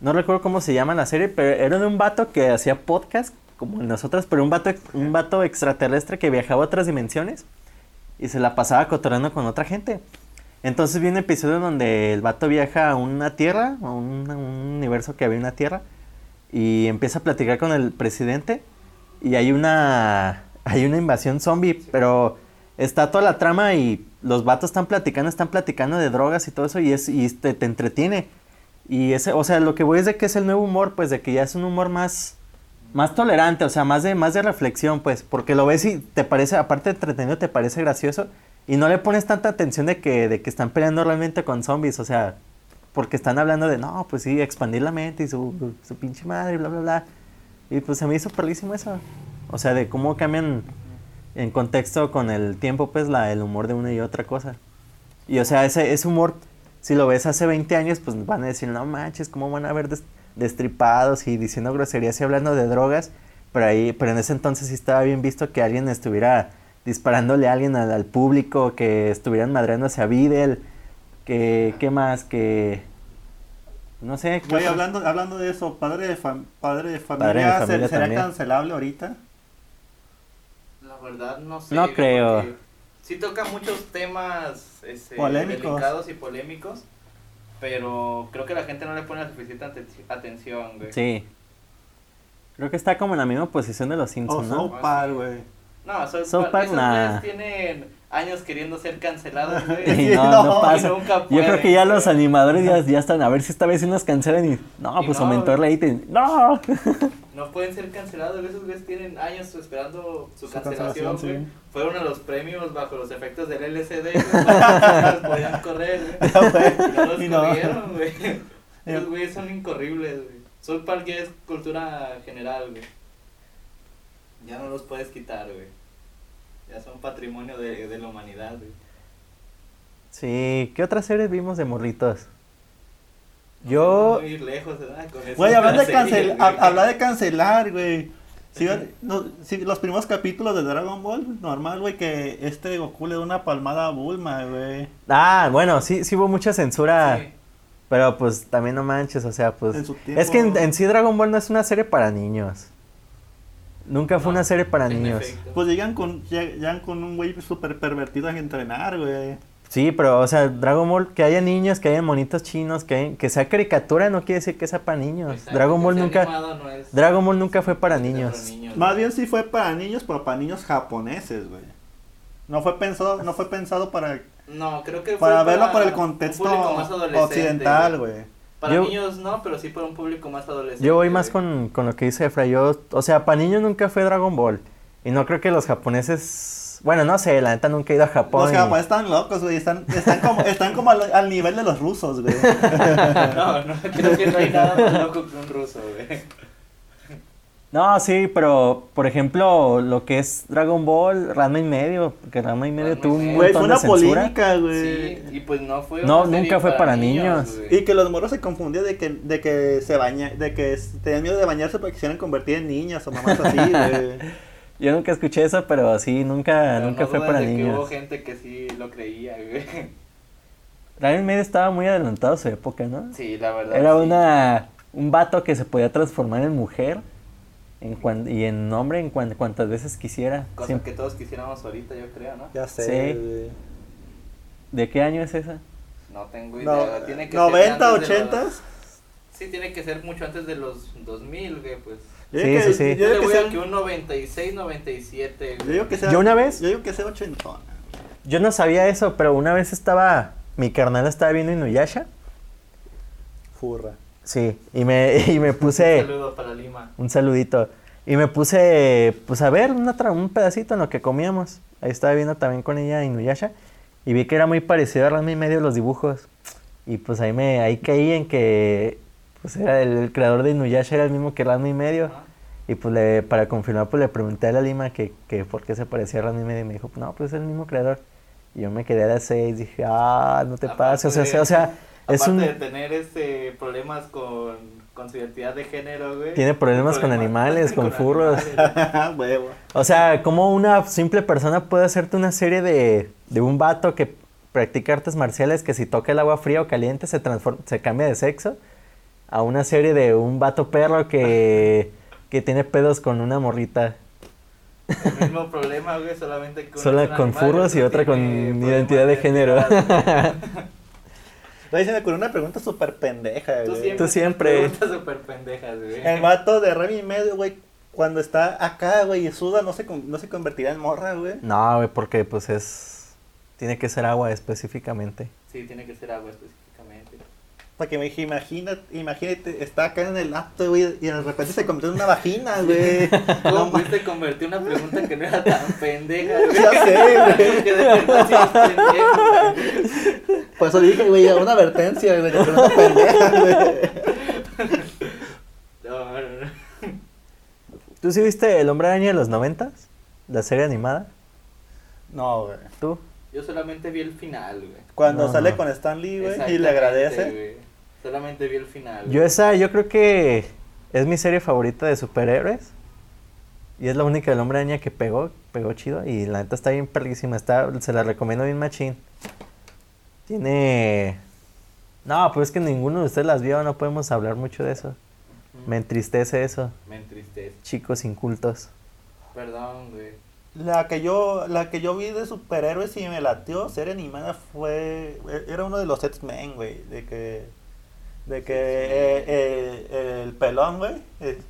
S6: No recuerdo cómo se llama la serie, pero era de un vato que hacía podcast como nosotras, pero un vato, ex- un vato extraterrestre que viajaba a otras dimensiones y se la pasaba cotorreando con otra gente. Entonces vi un episodio donde el vato viaja a una tierra, a un, a un universo que había una tierra, y empieza a platicar con el presidente y hay una hay una invasión zombie, pero está toda la trama y los vatos están platicando, están platicando de drogas y todo eso y es y te, te entretiene. Y ese, o sea, lo que voy es de que es el nuevo humor, pues de que ya es un humor más más tolerante, o sea, más de más de reflexión, pues, porque lo ves y te parece aparte de entretenido, te parece gracioso y no le pones tanta atención de que de que están peleando realmente con zombies, o sea, porque están hablando de, no, pues sí, expandir la mente y su, su pinche madre, bla, bla, bla. Y pues se me hizo perlísimo eso. O sea, de cómo cambian en contexto con el tiempo, pues, la, el humor de una y otra cosa. Y o sea, ese, ese humor, si lo ves hace 20 años, pues van a decir, no manches, ¿cómo van a ver des- destripados y diciendo groserías y hablando de drogas? Pero, ahí, pero en ese entonces sí estaba bien visto que alguien estuviera disparándole a alguien al, al público, que estuvieran madreándose a Videl, que, ¿qué más? Que, no sé. ¿qué
S1: Güey,
S6: otro?
S1: hablando, hablando de eso, padre de, fam- padre de familia, ¿se-
S6: Padre de familia
S1: ¿será
S6: también.
S1: cancelable ahorita?
S2: La verdad no sé.
S6: No
S2: güey,
S6: creo.
S2: porque Sí toca muchos temas este,
S1: Polémicos.
S2: delicados y polémicos, pero creo que la gente no le pone la suficiente ante- atención, güey.
S6: Sí. Creo que está como en la misma posición de los
S1: O
S6: Simpsons, ¿no?
S1: Oh, South Park, güey.
S2: No, South
S6: South
S2: Park-
S6: Park,
S2: esos
S6: nah.
S2: güeyes tienen años queriendo ser cancelados, güey.
S6: Y
S1: Sí,
S6: no, no,
S1: no,
S6: pasa.
S2: y nunca
S6: Yo creo
S2: pueden,
S6: que ya
S2: güey.
S6: los animadores ya, ya están, a ver si esta vez sí nos cancelan y... No,
S2: Y
S6: pues
S2: no,
S6: aumentó el rating. ¡No!
S2: No pueden ser cancelados, güey, esos güeyes tienen años esperando su,
S1: Su
S2: cancelación,
S1: cancelación,
S2: güey.
S1: sí.
S2: Fueron a los premios bajo los efectos del LCD, güey. no los podían correr, güey. No los
S1: Y no.
S2: corrieron, güey.
S1: Eh.
S2: Esos güeyes son incorribles, güey. South Park ya es cultura general, güey. Ya no los puedes quitar, güey. Ya son patrimonio de, de la humanidad, güey.
S6: Sí, ¿qué otras series vimos de morritos?
S2: No
S6: Yo...
S2: podemos ir lejos, ¿verdad? Con esas
S1: Güey, hablar de,
S2: series,
S1: cancel,
S2: güey.
S1: hab- hablar de cancelar, güey. Si, ven- no, si los primeros capítulos de Dragon Ball, normal, güey, que este Goku le da una palmada a Bulma, güey.
S6: Ah, bueno, sí, sí hubo mucha censura.
S2: Sí.
S6: Pero pues también no manches, o sea, pues...
S1: En su tiempo,
S6: es que en,
S1: ¿no?
S6: en sí Dragon Ball no es una serie para niños. Nunca fue
S2: No,
S6: una serie para
S2: en
S6: niños.
S2: efecto.
S1: Pues llegan con, lleg- llegan con un güey súper pervertido a entrenar, güey.
S6: Sí, pero, o sea, Dragon Ball, que haya niños, que haya monitos chinos, que, hay- que sea caricatura, no quiere decir que sea para niños.
S2: Exacto,
S6: Dragon Ball
S2: ese
S6: nunca,
S2: animado no es-
S6: Dragon Ball nunca fue para
S2: es de
S6: niños.
S1: Más bien sí fue para niños, pero para niños japoneses, güey. No fue pensado, no fue pensado para,
S2: No, creo que
S1: para
S2: fue
S1: verlo por el
S2: un
S1: contexto
S2: público más adolescente,
S1: occidental,
S2: güey.
S1: güey.
S2: Para
S6: Yo-
S2: niños no, pero sí para un público más adolescente.
S6: Yo voy más
S2: güey.
S6: con, con lo que dice Efra, yo, o sea, para niños nunca fue Dragon Ball. Y no creo que los japoneses, bueno, no sé, la neta nunca he ido a Japón.
S1: Los
S6: y-
S1: japoneses están locos, güey. Están, están como, están como al, al nivel de los rusos, güey.
S2: No, no, creo que no hay nada más loco que un ruso, güey.
S6: No, sí, pero, por ejemplo, lo que es Dragon Ball, Ranma y medio, porque Ranma y medio
S2: Ranma y
S6: tuvo un
S2: medio.
S1: Güey, fue
S6: montón de
S1: una
S6: censura.
S1: polémica,
S2: Sí,
S1: güey.
S2: y pues no fue.
S6: No,
S2: una serie
S6: nunca fue para niños.
S2: güey.
S1: Y que los moros se confundían de que, de que se baña, de que s- tenían miedo de bañarse porque quisieran convertir en niñas o mamás así, güey.
S6: Yo nunca escuché eso, pero sí, nunca,
S2: Pero
S6: nunca
S2: no
S6: fue
S2: dudes
S6: para
S2: de que
S6: niños.
S2: Hubo gente que sí lo creía, güey.
S6: Ranma y medio estaba muy adelantado a su época, ¿no?
S2: Sí, la verdad.
S6: Era
S2: sí.
S6: una un vato que se podía transformar en mujer en cuan- y en hombre en cuan- cuantas veces quisiera.
S2: Cosa
S6: Siempre-
S2: que todos quisiéramos ahorita, yo creo, ¿no?
S1: Ya sé,
S6: Sí.
S1: güey.
S6: ¿De qué año es esa?
S2: No tengo idea.
S1: No,
S2: tiene que ser
S1: 90,
S2: antes de
S1: 80
S2: los- Sí, tiene que ser mucho antes de los 2000, güey, pues.
S1: Yo
S6: Sí,
S1: digo
S6: sí, sí.
S1: Yo
S2: Yo le
S1: digo que
S2: voy a
S1: sea,
S2: que un 96, 97,
S1: yo digo que sea-
S6: Yo una vez-
S1: Yo digo que sea ochentona.
S6: Yo no sabía eso, pero una vez estaba mi carnal estaba viendo Inuyasha.
S1: Furra.
S6: Sí, y me y me
S2: Un
S6: puse
S2: saludo para Lima.
S6: un saludito. Y me puse, pues a ver, una tra- un pedacito en lo que comíamos. Ahí estaba viendo también con ella Inuyasha. Y vi que era muy parecido a Ranma y medio los dibujos. Y pues ahí me ahí caí en que pues era el, el creador de Inuyasha era el mismo que Ranma y medio.
S2: Ah.
S6: Y pues le- para confirmar, pues le pregunté a la Lima que, que por qué se parecía a Ranma y medio. Y me dijo, no, pues es el mismo creador. Y yo me quedé a las seis. Dije, ah, no te
S2: Aparte
S6: pases. O sea,
S2: de-
S6: o sea, es
S2: Aparte
S6: un.
S2: de tener este problemas con, con su identidad de género, güey.
S6: Tiene problemas con animales, con furros.
S2: animales.
S1: Huevo.
S6: O sea, ¿cómo una simple persona puede hacerte una serie de, de un vato que practica artes marciales que si toca el agua fría o caliente se, transforma, se cambia de sexo? A una serie de un vato perro que, que tiene pedos con una morrita.
S2: El mismo problema, güey, solamente que una
S6: Sola
S2: es un
S6: con
S2: animal,
S6: furros y
S2: otro
S6: otra con
S2: tiene
S6: identidad de género.
S2: problemas de identidad,
S1: Ahí se me ocurrió una pregunta súper pendeja,
S2: güey. Tú
S1: güey.
S2: siempre.
S6: Tú siempre.
S2: Preguntas súper pendejas, güey.
S1: El vato de Remy y medio, güey, cuando está acá, güey, y suda, no se, con- no se convertirá en morra, güey.
S6: No, güey, porque pues es... Tiene que ser agua específicamente.
S2: Sí, tiene que ser agua específicamente.
S1: Para que me dije, imagínate, imagínate, está acá en el acto, güey, y de repente se convirtió en una vagina, güey. No
S2: ¿Cómo
S1: mames.
S2: fuiste convertir una pregunta que no era tan pendeja, güey?
S1: Ya sé, güey.
S2: Que de verdad sí es pendeja, güey.
S1: Por eso le dije, güey, una advertencia, güey, que pregunta pendeja, güey.
S2: No, no, no.
S6: ¿Tú sí viste El Hombre Araña de los noventas? La serie animada.
S1: No, güey.
S6: ¿Tú?
S2: Yo solamente vi el final, güey.
S1: Cuando
S6: No,
S1: sale
S6: no.
S1: con Stanley, güey, y
S2: Exactamente,
S1: le agradece.
S2: güey. Solamente vi el final.
S6: Yo esa, yo creo que es mi serie favorita de superhéroes. Y es la única del hombre araña que pegó, pegó chido. Y la neta está bien perrísima. Está, se la recomiendo bien machín. Tiene. No, pues es que ninguno de ustedes las vio, no podemos hablar mucho de eso. Me entristece eso.
S2: Me entristece.
S6: Chicos incultos.
S2: Perdón, güey.
S1: La que yo, la que yo vi de superhéroes y me latió ser animada fue, e-, era uno de los X-Men, güey, de que, de que eh, eh, el pelón, güey, eh,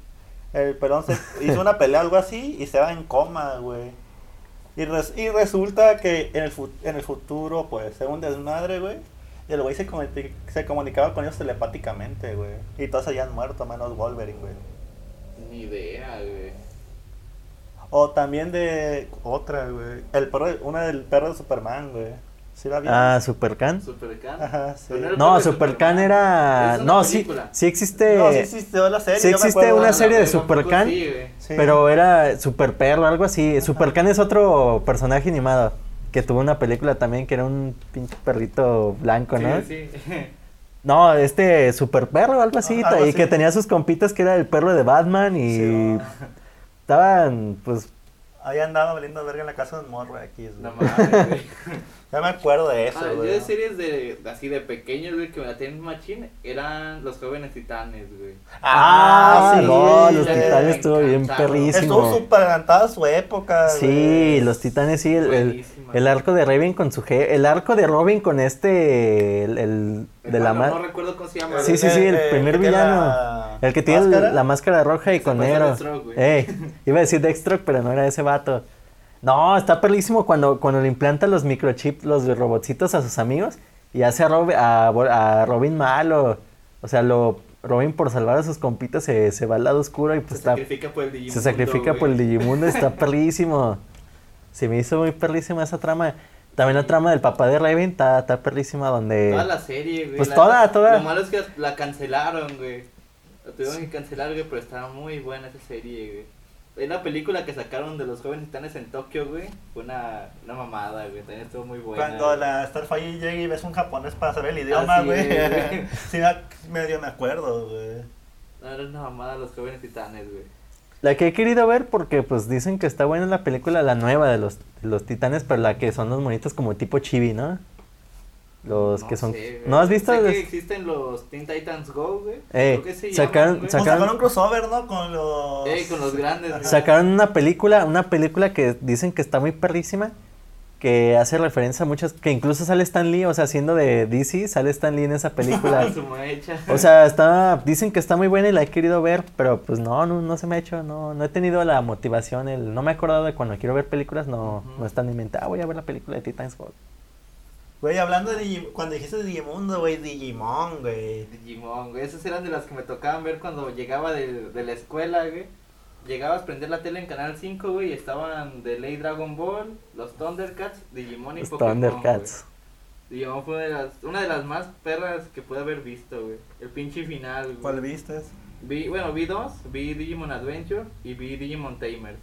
S1: el pelón se hizo una pelea algo así y se va en coma, güey. Y, res- y resulta que en el, fu- en el futuro, pues, según un desmadre, güey, el güey se, comuni- se comunicaba con ellos telepáticamente, güey. Y todos se habían muerto, menos Wolverine, güey.
S2: Ni idea, güey.
S1: O también de otra, güey. El perro, de- una del perro de Superman, güey. ¿Sí la vi?
S6: Ah, Supercan.
S2: Supercan.
S1: Ajá, sí.
S2: Pero era-
S6: No,
S2: Creo que
S6: Supercan
S2: Superman
S6: era.
S2: es una
S6: No, sí,
S2: película.
S6: sí existe.
S1: No, sí existió la serie.
S6: sí
S1: yo me
S6: existe
S1: acuerdo.
S6: una
S2: Ah,
S6: serie de
S2: güey, tampoco
S6: Supercan.
S2: sí, güey.
S1: Sí.
S6: Pero era Super Perro, algo así. Supercan es otro personaje animado que tuvo una película también que era un pinche perrito blanco, ¿no?
S2: Sí, sí.
S6: No, este Super Perro, algo así.
S1: Ajá, algo
S6: y
S1: así.
S6: que tenía sus compitas que era el perro de Batman y
S1: Sí,
S6: estaban, pues,
S1: Ahí andaba valiendo verga en la casa de Morro aquí. güey.
S2: No mames, güey.
S1: Ya me acuerdo de eso,
S2: Ah, yo
S1: güey.
S2: de series de, de así de pequeños, güey, que me la tienen machín, eran los jóvenes titanes, güey.
S6: Ah,
S1: sí,
S6: no, los
S1: güey.
S6: titanes estuvo bien
S2: Encantado.
S6: perrísimo.
S1: Estuvo súper adelantada a su época,
S6: Sí,
S1: güey.
S6: los titanes, sí, el, el,
S2: Buenísima.
S6: el arco de Robin con su je- el arco de Robin con este, el, el de la
S2: Hermano,
S6: ma-
S2: No recuerdo cómo se llama.
S6: Sí, sí,
S2: güey.
S6: sí, el
S1: Eh,
S6: primer
S1: que tiene
S6: villano.
S1: la
S6: El que tiene el-
S1: máscara.
S6: la máscara roja y
S2: Se
S6: con
S2: parece a
S6: negro.
S2: Deathstroke, güey.
S6: Ey, iba a decir Deathstroke, pero no era ese vato. No, está perlísimo cuando, cuando le implanta los microchips, los robotcitos a sus amigos y hace a, Rob- a Bo- a Robin malo. O sea, lo Robin por salvar a sus compitas se, se va al lado oscuro y
S2: Se
S6: pues está-
S2: sacrifica por el Digimundo,
S6: se sacrifica por el
S2: güey.
S6: Digimundo, está perlísimo. Se me hizo muy perlísima esa trama. También la trama del papá de Raven está, está perlísima donde...
S2: Toda la serie, güey.
S6: Pues
S2: La-
S6: toda, toda.
S2: Lo malo es que la cancelaron, güey. La tuvieron que cancelar, güey, pero estaba muy buena esa serie, güey. Es la película que sacaron de los jóvenes titanes en Tokio, güey. Fue una, una mamada, güey. También estuvo muy buena.
S1: Cuando
S2: güey.
S1: la Starfire llega y ves un japonés para saber el idioma,
S2: Así
S1: güey.
S2: es, güey.
S1: Sí, me- medio me acuerdo, güey.
S2: No, era una mamada los jóvenes titanes, güey.
S6: La que he querido ver porque pues dicen que está buena la película, la nueva de los, de los titanes, pero la que son los monitos como tipo chibi, ¿no? Los
S2: No
S6: que son...
S2: sé, güey.
S6: ¿No has visto?
S2: Sé
S6: los-
S2: que existen los Teen Titans Go, güey.
S6: Eh,
S2: Creo que se
S6: sacaron-
S2: llaman, güey.
S1: Sacaron,
S6: Sacaron-
S1: un crossover, ¿no? Con los...
S2: Ey, con los grandes, güey.
S6: Sacaron una película, una película que dicen que está muy perrísima, que hace referencia a muchas, que incluso sale Stan Lee, o sea, haciendo de DC, sale Stan Lee en esa película.
S2: Ah, Su mecha.
S6: O sea, está, dicen que está muy buena y la he querido ver, pero pues no, no, no se me ha hecho, no, no he tenido la motivación, el, no me he acordado de cuando quiero ver películas, no,
S2: Ujú.
S6: no está en mi mente, ah, voy a ver la película de Titans Go.
S1: Güey, hablando de Digimon, cuando dijiste Digimundo, güey, Digimon, güey.
S2: Digimon, güey. Esas eran de las que me tocaban ver cuando llegaba de, de la escuela, güey. llegabas a prender la tele en Canal 5, güey, y estaban de ley Dragon Ball, los Thundercats, Digimon y
S6: Los
S2: Pokémon,
S6: Thundercats.
S2: güey. Digimon fue una de, las, una de las más perras que pude haber visto, güey. El pinche final, güey.
S1: ¿Cuál viste?
S2: Vi, bueno, vi dos, vi Digimon Adventure y vi Digimon Tamer.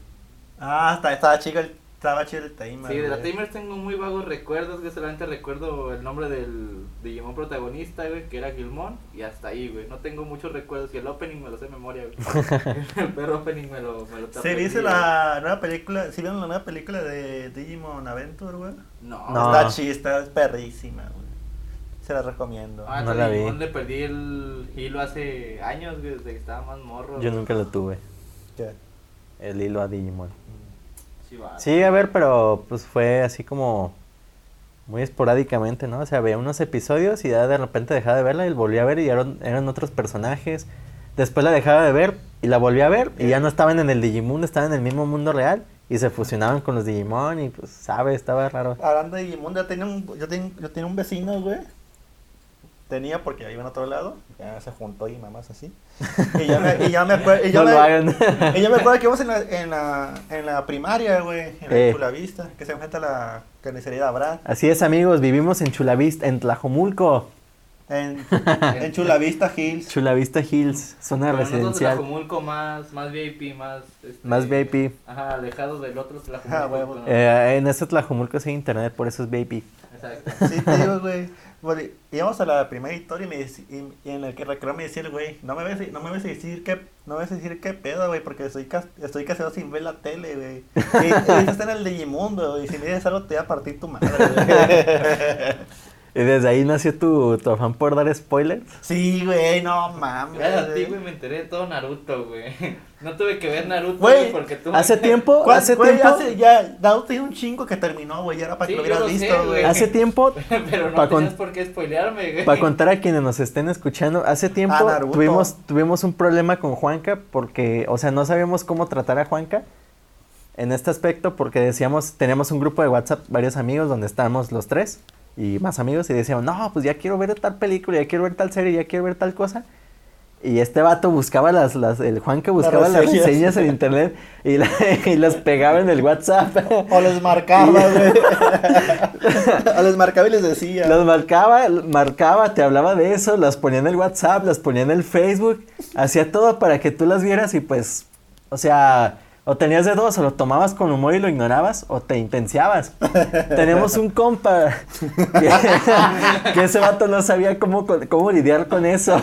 S1: Ah, está- estaba chido el, estaba chido el timer.
S2: Sí, de la
S1: güey.
S2: Tamers tengo muy vagos recuerdos, que solamente recuerdo el nombre del Digimon protagonista, güey, que era Gilmon, y hasta ahí, güey. No tengo muchos recuerdos y el opening me lo sé de memoria, güey. el perro opening me lo, me lo
S1: ¿Sí
S2: aprendí,
S1: viste
S2: güey.
S1: la nueva película? ¿Sí vieron la nueva película de Digimon Adventure, güey?
S2: No.
S6: No.
S1: Está chida, está perrísima, güey. Se la recomiendo.
S2: Ah,
S6: No
S2: ese
S6: la vi.
S2: Digimon le perdí el hilo hace años, güey, desde que estaba más morro.
S6: Yo
S2: güey.
S6: nunca lo tuve,
S1: ¿Qué?
S6: el hilo a Digimon.
S2: Sí, va.
S6: Sí, a ver, pero pues fue así como muy esporádicamente, ¿no? O sea, veía unos episodios y ya de repente dejaba de verla y volví a ver y eran, eran otros personajes. Después la dejaba de ver y la volví a ver y ya no estaban en el Digimundo, estaban en el mismo mundo real y se fusionaban con los Digimon y pues, ¿sabes? Estaba raro.
S1: Hablando de Digimon, yo tenía un, yo tenía, yo tenía un vecino, güey. Tenía porque iba en otro lado. Ya se juntó y mamás así. Y ya me, y ya me acuerdo. Y yo
S6: No lo
S1: me-
S6: hagan.
S1: Y yo me acuerdo que íbamos en la, en la, en la primaria, güey, en la
S6: Eh.
S1: Chulavista, que se enfrenta a la carnicería de Abraham.
S6: Así es, amigos, vivimos en Chulavista, en Tlajomulco,
S1: En, en Chulavista Hills.
S6: Chulavista Hills, zona
S2: Pero nosotros de
S6: residencial.
S2: Tlajomulco más, más VIP, más... este,
S6: Más VIP.
S2: Ajá, alejados del otro Tlajomulco.
S1: Ah, huevo.
S2: ¿no?
S6: Eh, en ese Tlajomulco sí hay internet, por eso es baby.
S2: Exacto.
S1: Sí, te digo, güey. Porque Íbamos a la primera historia y, me dec- y- y en el que recreo me decía el güey, no me ves, no me ves a decir qué, no me ves a decir qué pedo, güey, porque estoy, cas- estoy casado sin ver la tele, güey. Y, y estás en el Digimundo, güey, y si me dices algo te va a partir tu madre, güey.
S6: Y desde ahí nació tu, tu afán por dar spoilers.
S1: Sí, güey, no mames.
S2: Gracias a ti,
S1: güey.
S2: güey, me enteré de todo Naruto, güey. No tuve que ver Naruto,
S1: Güey,
S2: güey, porque tú...
S6: Hace tiempo,
S1: ¿Cuál-
S6: hace
S1: güey,
S6: tiempo,
S1: hace- ya, Naruto tiene un chingo que terminó, güey, ya era para
S2: Sí,
S1: que lo
S2: yo
S1: hubieras
S2: lo sé,
S1: visto, güey.
S2: güey.
S6: hace tiempo,
S2: Pero no
S6: Pa' con-
S2: tenías por qué spoilearme, güey.
S6: para contar a quienes nos estén escuchando, hace tiempo
S1: Ah, Naruto.
S6: tuvimos, tuvimos un problema con Juanca porque, o sea, no sabíamos cómo tratar a Juanca en este aspecto porque decíamos, teníamos un grupo de WhatsApp, varios amigos, donde estábamos los tres y más amigos y decíamos, no, pues ya quiero ver tal película, ya quiero ver tal serie, ya quiero ver tal cosa. Y este vato buscaba las, las el Juanca buscaba las
S1: reseñas.
S6: reseñas en internet y, la- y las pegaba en el WhatsApp.
S1: O les marcaba, güey. o les marcaba y les decía.
S6: Las marcaba, marcaba, te hablaba de eso, las ponía en el WhatsApp, las ponía en el Facebook, hacía todo para que tú las vieras y pues, o sea, o tenías de dos, o lo tomabas con humor y lo ignorabas, o te intenciabas. Tenemos un compa que, que ese vato no sabía cómo, con- cómo lidiar con eso.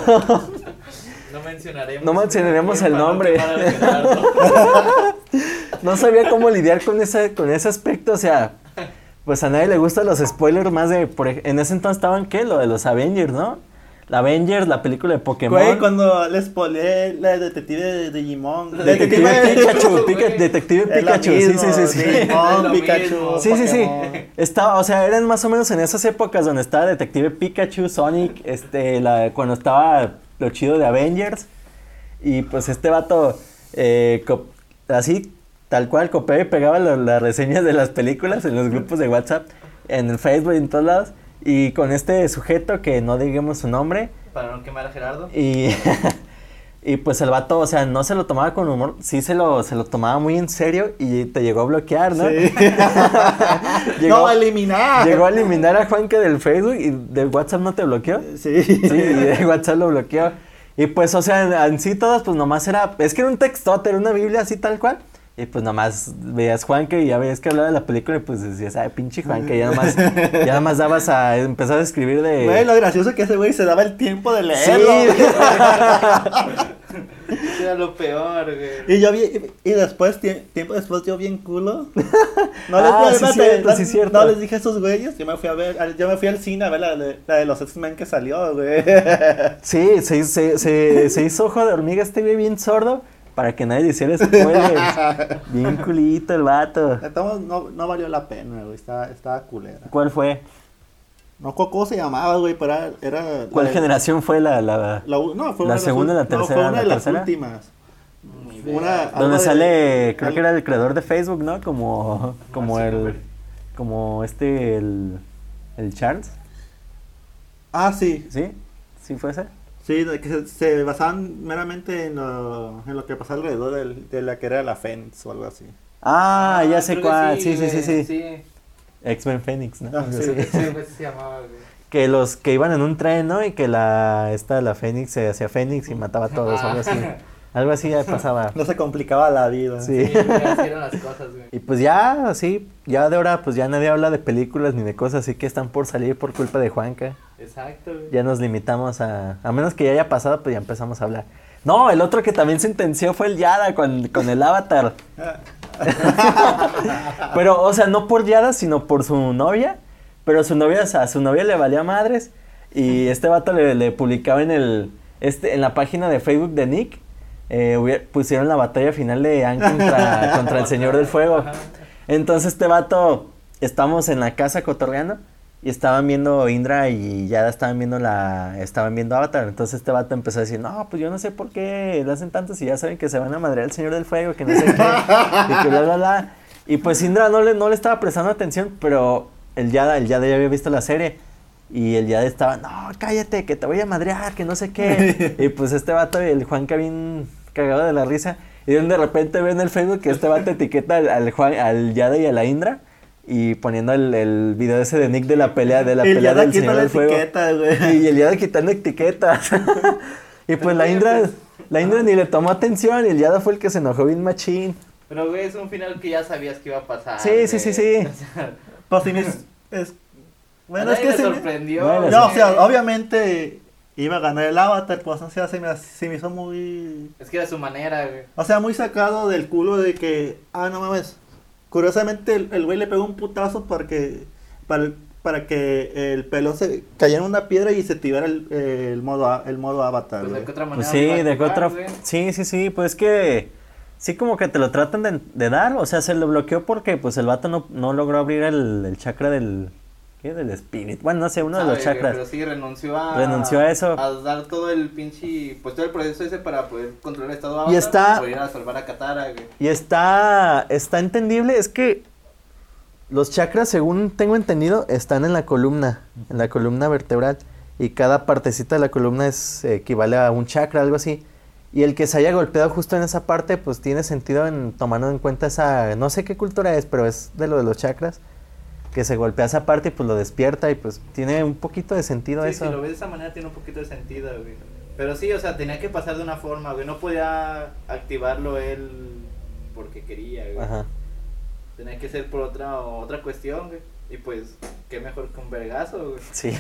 S2: No mencionaremos.
S6: No mencionaremos el
S2: para no
S6: nombre.
S2: quemar al Gerardo.
S6: No sabía cómo lidiar con ese, con ese aspecto, o sea, pues a nadie le gustan los spoilers más de, por ej- en ese entonces estaban, ¿qué? Lo de los Avengers, ¿no? La Avengers, la película de Pokémon.
S1: Güey, cuando les spoileé la detective de Digimon.
S6: Detective
S2: Detective
S6: Pikachu,
S2: Pikachu,
S6: Pica-
S2: güey.
S6: Detective
S1: Es la
S6: Pikachu, sí,
S1: misma,
S6: sí, sí, sí.
S2: Es lo
S1: Digimon, Pikachu.
S2: mismo.
S6: Sí, sí, sí.
S1: Pokémon.
S6: Estaba, o sea, eran más o menos en esas épocas donde estaba Detective Pikachu, Sonic, este, la, cuando estaba lo chido de Avengers. Y pues este vato, eh, co- así, tal cual, copiaba y pegaba lo- las reseñas de las películas en los grupos de WhatsApp, en el Facebook, en todos lados. Y con este sujeto, que no digamos su nombre,
S2: Para no quemar a Gerardo.
S6: y, y pues el vato, o sea, no se lo tomaba con humor, sí se lo, se lo tomaba muy en serio y te llegó a bloquear, ¿no?
S1: Sí.
S6: Llegó-
S1: no, a eliminar.
S6: Llegó a eliminar a Juanca del Facebook y del WhatsApp no te bloqueó.
S1: Sí.
S6: Sí, y de WhatsApp lo bloqueó. Y pues, o sea, en, en sí todas, pues nomás era, es que era un textote, era una Biblia así tal cual. Y pues nomás veías Juanca y ya veías que hablaba de la película y pues decías, ay, pinche Juanca, ya nomás, ya nomás dabas a, empezar a escribir de...
S1: Güey, lo gracioso que ese güey se daba el tiempo de
S6: Sí,
S1: leerlo.
S2: Eso era lo peor, güey.
S1: Y yo vi, y después, tie- tiempo después, yo bien culo. No les,
S6: Ah,
S1: no,
S6: sí,
S1: espérate,
S6: cierto,
S1: no-
S6: sí, cierto.
S1: no les dije a esos güeyes. Yo me fui a ver, al- yo me fui al cine a ver la, de- la de los X-Men que salió, güey.
S6: Sí, se, se, se, se hizo ojo de hormiga este güey bien sordo para que nadie le hiciera spoilers. Bien culito el vato.
S1: Entonces, no, no valió la pena, güey. Estaba, estaba culera.
S6: ¿Cuál fue?
S1: No me acuerdo cómo se llamaba, güey, pero era. era
S6: ¿Cuál
S1: la-
S6: generación fue la, la
S1: La, u- no, fue una de
S6: La
S1: las
S6: segunda,
S1: ul-
S6: la
S1: No,
S6: tercera,
S1: fue una de
S6: la
S1: las
S6: tercera.
S1: últimas.
S2: Ni idea.
S1: Una, algo
S6: donde
S1: de-
S6: sale, creo
S1: al-
S6: que era el creador de Facebook, ¿no? Como, como
S2: Mark
S6: el,
S2: Zuckerberg.
S6: como este, el, el Charles,
S1: Ah, sí.
S6: ¿sí? ¿Sí fue ese?
S1: Sí, de que se, se basaban meramente en lo, en lo que pasaba alrededor del- de la que era la Fence o algo así.
S6: Ah, ya sé
S2: creo que
S6: cuál. Sí, sí, sí, sí.
S2: güey, Sí,
S6: X-Men Phoenix, ¿no?
S1: Ah, sí.
S6: Sí.
S2: sí, güey, sí se llamaba, güey.
S6: Que los que iban en un tren, ¿no? Y que la esta la Fénix se hacía Fénix y mataba a todos,
S2: Ah.
S6: algo así. Algo así ya pasaba.
S1: No se complicaba la vida.
S6: Sí.
S2: Sí, güey, así eran las cosas, güey.
S6: Y pues ya, así, ya de ahora pues ya nadie habla de películas ni de cosas así que están por salir por culpa de Juanca.
S2: Exacto, güey.
S6: Ya nos limitamos a... A menos que ya haya pasado, pues ya empezamos a hablar. No, el otro que también sentenció fue el Yada con, con el Avatar. pero, o sea, no por Yada, sino por su novia. Pero su novia, o sea, a su novia le valía madres. Y este vato le, le publicaba en el... Este, en la página de Facebook de Nick. eh, hubiera- pusieron la batalla final de Anne contra, contra el Señor del Fuego.
S2: Ajá.
S6: Entonces este vato, estamos en la casa cotorreando y estaban viendo Indra y ya estaban viendo la, estaban viendo Avatar. Entonces este vato empezó a decir, no, pues yo no sé por qué le hacen tanto si ya saben que se van a madrear al Señor del Fuego, que no sé qué, y que bla, bla, bla. Y pues Indra no le, no le estaba prestando atención, pero el Yada, el Yada ya había visto la serie. Y el Yada estaba, no, cállate, que te voy a madrear, que no sé qué. y pues este vato, el Juan bien cagado de la risa. Y de repente ven en el Facebook que este vato etiqueta al, al Juan, al Yada y a la Indra. Y poniendo el, el video ese de Nick de la pelea, de la
S1: El
S6: pelea
S1: Yada
S6: del
S1: quita
S6: Señor
S1: la
S6: del Fuego.
S1: etiqueta, güey.
S6: Y el Yada quitando etiquetas. y pues la
S2: Oye,
S6: Indra,
S2: pues-
S6: la Indra ni le tomó atención y el Yada fue el que se enojó bien machín.
S2: Pero, güey, es un final que ya sabías que iba a pasar.
S6: Sí, sí, sí, sí.
S2: güey. O sea,
S1: Pues sí, es, es- Bueno,
S2: a
S1: es
S2: nadie
S1: que
S2: le
S1: se me-
S2: sorprendió.
S6: Bueno,
S2: güey.
S1: No, o sea, obviamente iba a ganar el Avatar, pues o sea, se me, se me hizo muy...
S2: Es que era su manera, güey.
S1: O sea, muy sacado del culo de que... Ah, no mames. Curiosamente, el el güey le pegó un putazo porque, para, para que el pelo se cayera en una piedra y se activara el, el modo, a- el modo Avatar.
S2: Pues de
S1: güey.
S2: qué otra
S6: Pues
S2: manera.
S6: sí,
S2: lo iba a
S6: de qué
S2: activar,
S6: otra.
S2: güey?
S6: Sí, sí, sí, pues que. Sí, como que te lo tratan de, de dar. O sea, se lo bloqueó porque pues el vato no, no logró abrir el, el chakra del. ¿Qué? Del espíritu. Bueno, no sé, uno de los
S2: Sabe, güey,
S6: chakras.
S2: eh, Pero sí, renunció a.
S6: Renunció a eso.
S2: A dar todo el pinche. Pues todo el proceso ese para poder controlar el estado
S6: Y
S2: Avatar,
S6: está-
S2: Por ir a salvar a Katara, güey.
S6: Y está. Está entendible, es que. Los chakras, según tengo entendido, están en la columna, en la columna vertebral. Y cada partecita de la columna es, equivale a un chakra, algo así. Y el que se haya golpeado justo en esa parte, pues tiene sentido en tomando en cuenta esa, no sé qué cultura es, pero es de lo de los chakras, que se golpea esa parte y pues lo despierta y pues tiene un poquito de sentido
S2: sí,
S6: eso.
S2: Si lo ves de esa manera, tiene un poquito de sentido, güey. Pero sí, o sea, tenía que pasar de una forma, güey. No podía activarlo él porque quería, güey.
S6: Ajá.
S2: Tenía que ser por otra, otra cuestión, güey. Y pues, qué mejor que un vergazo, güey.
S6: Sí.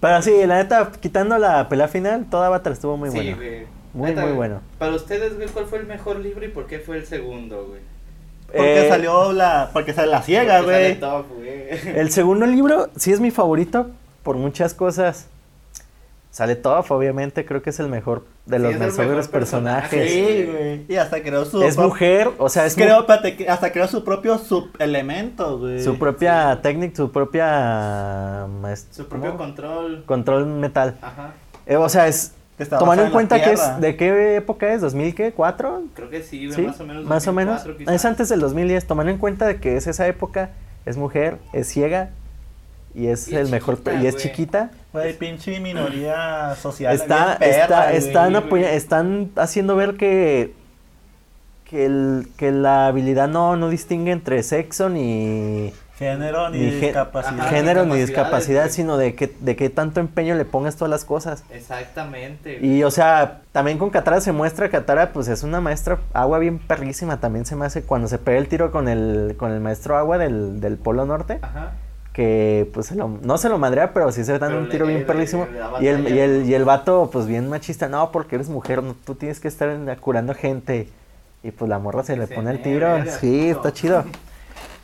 S6: pero sí, la neta, quitando la pelea final, toda Avatar estuvo muy
S2: sí,
S6: buena.
S2: güey.
S6: Muy,
S2: Neta,
S6: muy
S2: güey,
S6: bueno.
S2: Para ustedes, güey, ¿cuál fue el mejor libro y por qué fue el segundo, güey?
S1: Porque
S6: Eh,
S1: salió la... Porque sale la ciega,
S2: Porque sale
S1: güey.
S2: top, güey.
S6: El segundo libro sí es mi favorito por muchas cosas. Sale Toph, obviamente, creo que es el mejor de
S2: Sí,
S6: los
S2: es el
S6: mejores
S2: mejor
S6: personajes.
S2: personaje.
S1: Sí, güey. Y hasta creó su...
S6: Es mujer, o sea, es
S1: Creo, espérate, que hasta creó su propio subelemento, güey.
S6: su propia técnica, su propia maest-
S2: Su propio
S6: ¿cómo?
S2: control.
S6: control metal.
S2: Ajá.
S6: Eh, o sea, es
S1: Que está
S6: tomando
S1: basada
S6: en
S1: la
S6: cuenta que
S1: tierra.
S6: es de qué época es, 2000 qué, 4?
S2: Creo que sí, güey,
S6: Sí,
S2: más o menos.
S6: más o menos.
S2: 2004 quizás.
S6: Es antes del 2010, tomando en cuenta de que es esa época, es mujer, es ciega y es
S2: Y es
S6: el mejor
S2: chiquita,
S6: y es
S2: güey.
S6: chiquita.
S1: Güey, pinche minoría social.
S6: Está,
S1: bien perra,
S6: está,
S1: güey.
S6: están,
S2: güey.
S6: apoya- están haciendo ver que que, el, que la habilidad no, no distingue entre sexo ni,
S1: Género Ah, ni,
S6: ni gen-
S1: discapacidad.
S2: Ajá.
S6: género ni
S2: discapacidades,
S6: discapacidad,
S2: güey.
S6: sino de que, de qué tanto empeño le pongas todas las cosas.
S2: Exactamente. güey.
S6: Y o sea, también con Katara se muestra, Katara pues es una maestra agua bien perrísima, también se me hace cuando se pega el tiro con el, con el maestro agua del, del Polo Norte
S2: Ajá.
S6: que pues se lo- no se lo madrea, pero sí se dan
S2: Pero
S6: un
S2: le-
S6: tiro bien
S2: le-
S6: perlísimo.
S2: le da
S6: Y el,
S2: batalla,
S6: y, el,
S2: ¿no?
S6: y el vato, pues bien machista, no, porque eres mujer, no, tú tienes que estar en- curando gente. Y pues la morra se le
S2: Se
S6: pone el
S2: me
S6: tiro.
S2: verga,
S6: Sí,
S2: puto.
S6: está chido.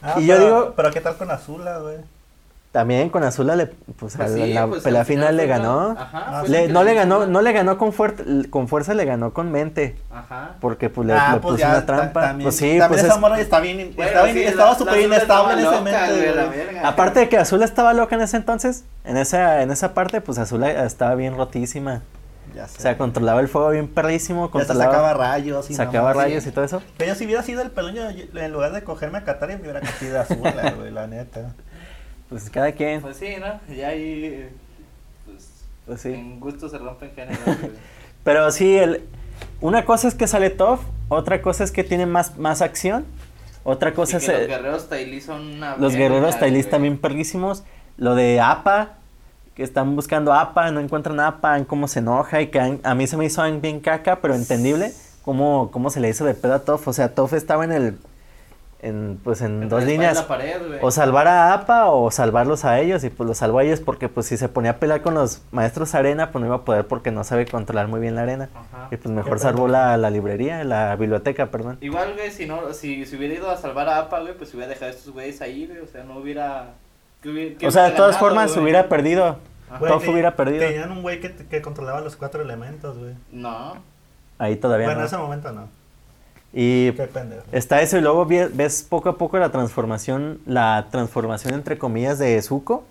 S1: Ah,
S6: Y yo
S1: pero-
S6: digo-
S1: Pero qué tal con Azula, güey.
S6: También con Azula, le, pues, a
S2: Pues
S6: la,
S2: sí,
S6: la
S2: pues,
S6: pelea
S2: al
S6: final le
S2: fue la-
S6: ganó.
S2: Ajá.
S1: Ah,
S2: fue la
S6: Le-
S2: que
S6: no le ganó,
S2: ganó.
S6: no le ganó con, fuer- con fuerza, le ganó con mente.
S2: Ajá.
S6: Porque pues le, le puso
S1: Ah, ya ta-
S6: una trampa.
S1: también,
S6: pues sí,
S1: también
S6: pues,
S1: esa
S6: es-
S1: morra está bien,
S2: Bueno,
S1: estaba bien-
S2: sí, la-
S1: estaba
S2: la
S1: súper
S2: Azula estaba
S1: inestable en ese
S2: loca,
S1: mente,
S2: güey, la
S1: güey.
S2: verga.
S6: Aparte de que Azula estaba loca en ese entonces, en esa, en esa parte, pues Azula estaba bien rotísima.
S1: Ya
S6: O sea,
S1: sé.
S6: controlaba el fuego bien perrísimo,
S1: Ya hasta
S6: controlaba...
S1: sacaba rayos. y
S6: sacaba
S1: mamás.
S6: rayos y todo eso.
S1: Pero yo si hubiera sido el pelón, yo- yo- en lugar de cogerme a Qatar, yo me hubiera cogido a Azula, güey, la neta.
S6: Pues cada quien.
S2: Pues sí, ¿no? Ya ahí. eh, Pues,
S6: Pues sí.
S2: En gusto se rompen géneros. güey.
S6: Pero sí, el, una cosa es que sale Toff, otra cosa es que tiene más, más acción, otra cosa
S2: Y
S6: es...
S2: que los
S6: eh,
S2: guerreros Tailí son una.
S6: Los guerreros
S2: verga,
S6: Tailis
S2: güey.
S6: también perrísimos. Lo de APA, que están buscando APA, no encuentran APA, en cómo se enoja y que Aang- a mí se me hizo Aang bien caca, pero entendible cómo, cómo se le hizo de pedo a Toff. O sea, Toff estaba en el. En, pues en
S2: Entre
S6: dos
S2: la espalda y
S6: líneas.
S2: la pared, güey.
S6: O salvar a APA o salvarlos a ellos. Y pues los salvó a ellos porque pues si se ponía a pelear con los maestros arena, pues no iba a poder porque no sabe controlar muy bien la arena.
S2: Ajá.
S6: Y pues mejor salvó la, la librería, la biblioteca, perdón.
S2: Igual, güey, si no, si, si hubiera ido a salvar a APA, güey, pues hubiera dejado a estos güeyes ahí, güey. O sea, no hubiera. ¿qué hubiera- qué
S6: O sea, de
S2: hubiera
S6: todas
S2: ganado,
S6: formas
S2: güey?
S6: hubiera perdido.
S1: Güey,
S6: Toff
S1: te-
S6: hubiera perdido.
S1: Tenían un güey que, que controlaba los cuatro elementos, güey.
S2: No.
S6: Ahí todavía
S1: Bueno, en
S6: no.
S1: ese momento no.
S6: Y
S1: Qué pendejo.
S6: está eso y luego vie- ves poco a poco la transformación, la transformación entre comillas de Zuko,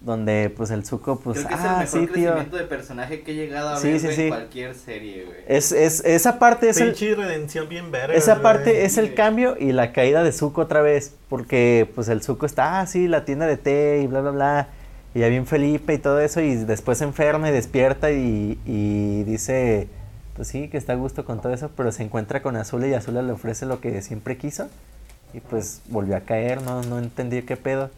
S6: donde pues el Zuko pues
S2: Creo que
S6: ah,
S2: es
S6: sí,
S2: el mejor
S6: tío.
S2: crecimiento de personaje que he llegado a
S6: Sí,
S2: ver
S6: sí,
S2: güey,
S6: sí.
S2: en cualquier serie, güey.
S6: Es, es- esa parte es el-
S1: Pinche redención bien verga.
S6: esa
S1: güey.
S6: parte es el
S2: Sí.
S6: cambio y la caída de Zuko otra vez, porque pues el Zuko está, ah, sí, la tienda de té y bla bla bla. Y ya bien Felipe y todo eso, y después se enferma y despierta y, y dice, pues sí, que está a gusto con todo eso, pero se encuentra con Azula y Azula le ofrece lo que siempre quiso. Y pues volvió a caer, no, no entendí qué pedo.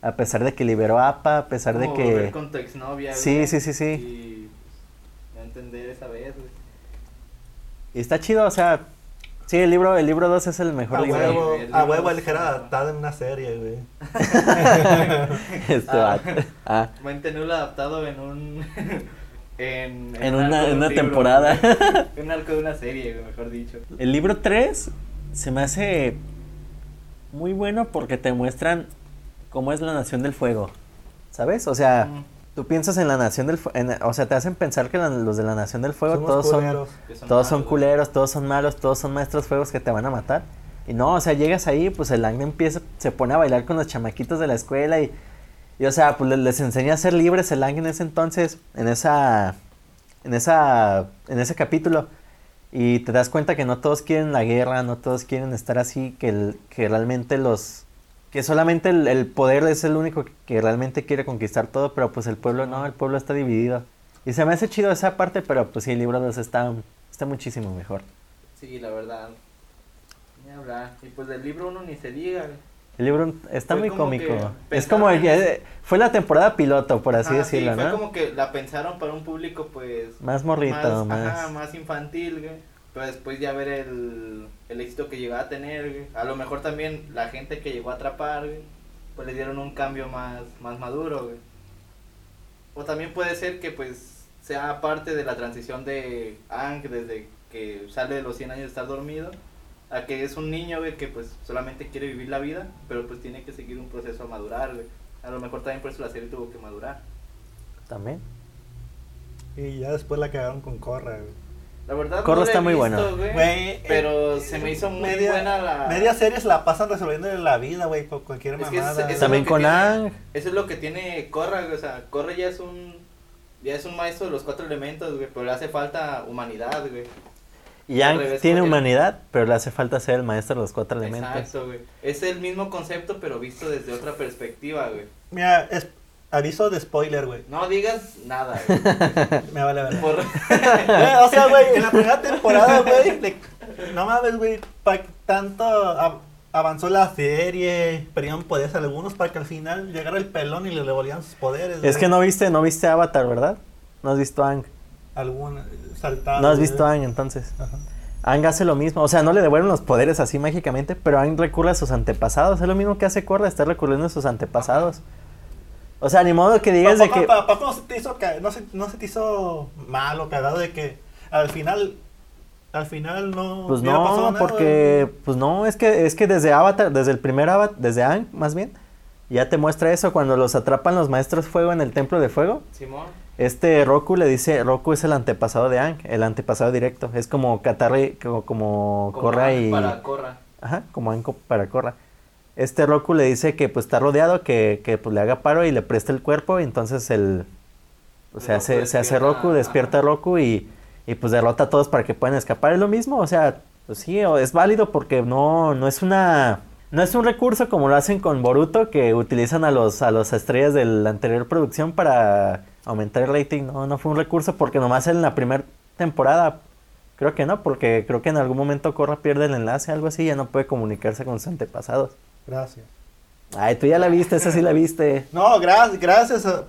S6: A pesar de que liberó a APA, a pesar de
S2: Como volver
S6: que...
S2: con tu exnovia,
S6: Sí,
S2: güey,
S6: sí, sí, sí.
S2: Y. pues, No entender esa vez, güey.
S6: y está chido, o sea, sí, el libro el libro 2 es el
S2: Ah,
S6: mejor
S1: A
S6: libro.
S1: huevo,
S2: Sí, güey,
S1: a
S2: el
S1: huevo
S2: libro
S1: el
S2: es-
S1: Jera adaptado en una serie, güey.
S6: Este
S2: Ah.
S6: vato. Ah.
S2: Buen tenudo adaptado en un. en,
S6: En
S2: un
S6: una-
S2: arco de
S6: en
S2: un
S6: una
S2: libro,
S6: temporada.
S2: güey. En un arco de una serie, güey, mejor dicho.
S6: El libro 3 se me hace muy bueno porque te muestran cómo es la Nación del Fuego. ¿Sabes? O sea,
S2: Mm,
S6: tú piensas en la Nación del Fuego. O sea, te hacen pensar que la- los de la Nación del Fuego
S1: Somos
S6: todos
S1: culeros.
S2: que
S6: son. Todos son
S2: malos, güey.
S6: culeros, todos son malos, todos son maestros fuegos que te van a matar. Y no, o sea, llegas ahí, pues el Ang empieza, se pone a bailar con los chamaquitos de la escuela y, y, o sea, pues le- les, enseña a ser libres el Ang en ese entonces, en esa, en esa, en ese capítulo. Y te das cuenta que no todos quieren la guerra, no todos quieren estar así, que, el- que realmente los, que solamente el, el poder es el único que, que realmente quiere conquistar todo, pero pues el pueblo no, el pueblo está dividido. Y se me hace chido esa parte, pero pues sí, el libro 2 está, está muchísimo mejor.
S2: Sí, la verdad. Ni hablar. Y pues del libro uno ni se diga, güey.
S6: El libro está
S2: Fue
S6: muy
S2: como que
S6: cómico. Es como, el-
S2: pensaron-
S6: eh, fue la temporada piloto, por así
S2: Ajá, Ah, sí,
S6: decirlo,
S2: fue
S6: ¿no?
S2: como que la pensaron para un público, pues.
S6: Más morrito, más.
S2: ajá, más infantil, güey. Pero después ya ver el, el éxito que llegó a tener, güey. A lo mejor también la gente que llegó a atrapar, güey, pues le dieron un cambio más, más maduro, güey. O también puede ser que, pues, sea parte de la transición de Ang desde que sale de los 100 años de estar dormido a que es un niño, güey, que pues solamente quiere vivir la vida, pero pues tiene que seguir un proceso a madurar, güey. A lo mejor también por eso la serie tuvo que madurar.
S6: También.
S1: Y ya después la cagaron con Corra, güey.
S2: La verdad,
S6: Corra
S2: no la
S6: está
S2: he
S6: muy
S2: visto,
S6: bueno.
S2: güey.
S1: Güey,
S2: pero
S1: eh,
S2: se me hizo muy
S1: media-
S2: buena la.
S1: Media series la pasan resolviéndole la vida, güey, por cualquier
S2: Es que es-
S1: mamada.
S2: es-
S1: güey.
S6: También
S2: lo que
S6: con
S2: tiene-
S6: Ang.
S2: Eso es lo que tiene Corra, güey. O sea, Corra ya es un. Ya es un maestro de los cuatro elementos, güey. Pero le hace falta humanidad, güey.
S6: Y Yang
S2: revés,
S6: tiene
S2: porque-
S6: humanidad, pero le hace falta ser el maestro de los cuatro elementos.
S2: Exacto, güey. Es el mismo concepto, pero visto desde otra perspectiva, güey.
S1: Mira, es- aviso de spoiler, güey.
S2: No digas nada, güey.
S1: Me vale ver.
S2: Por-
S1: Eh, o sea, güey, en la primera temporada, güey, le- no mames, güey, pa- tanto av- avanzó la serie, perdieron poderes algunos para que al final llegara el pelón y le devolvían sus poderes.
S6: Es
S1: güey.
S6: que no viste, no viste Avatar, ¿verdad? No has visto Ang.
S1: Algún saltado.
S6: No has
S1: eh, güey.
S6: visto Ang entonces.
S1: Ajá.
S6: Ang hace lo mismo, o sea, no le devuelven los poderes así mágicamente, pero Ang recurre a sus antepasados. Es lo mismo que hace Korra, está recurriendo a sus antepasados. O sea, ni modo que digas de
S1: Papá,
S6: que.
S1: papá, papá, no se te hizo ca- no se, no se te hizo malo, cagado de que al final al final no
S6: Pues
S1: hubiera pasado
S6: no,
S1: nada,
S6: porque. Pues no, es que, es que desde Avatar, desde el primer Avatar, desde Ang, más bien, ya te muestra eso. Cuando los atrapan los maestros fuego en el templo de fuego,
S2: Simón.
S6: este Roku le dice: Roku es el antepasado de Ang, el antepasado directo. Es como Katarri, como, como
S2: como
S6: Korra y.
S2: Para Corra.
S6: Ajá, como Anko para Corra. Este Roku le dice que pues está rodeado, que, que, pues, le haga paro y le preste el cuerpo, y entonces el... O
S2: El
S6: sea,
S2: Roku
S6: se, se hace
S2: despierta,
S6: Roku, despierta
S2: ajá.
S6: Roku y, y, pues derrota a todos para que puedan escapar. Es lo mismo, o sea, pues sí, o- es válido porque no, no es una... No es un recurso como lo hacen con Boruto, que utilizan a los, a los estrellas de la anterior producción para aumentar el rating. No, no fue un recurso porque nomás en la primera temporada, creo que no, porque creo que en algún momento Corra pierde el enlace, algo así, ya no puede comunicarse con sus antepasados.
S1: Gracias.
S6: Ay, tú ya la viste, esa sí la viste.
S1: No, gracias, gracias. a-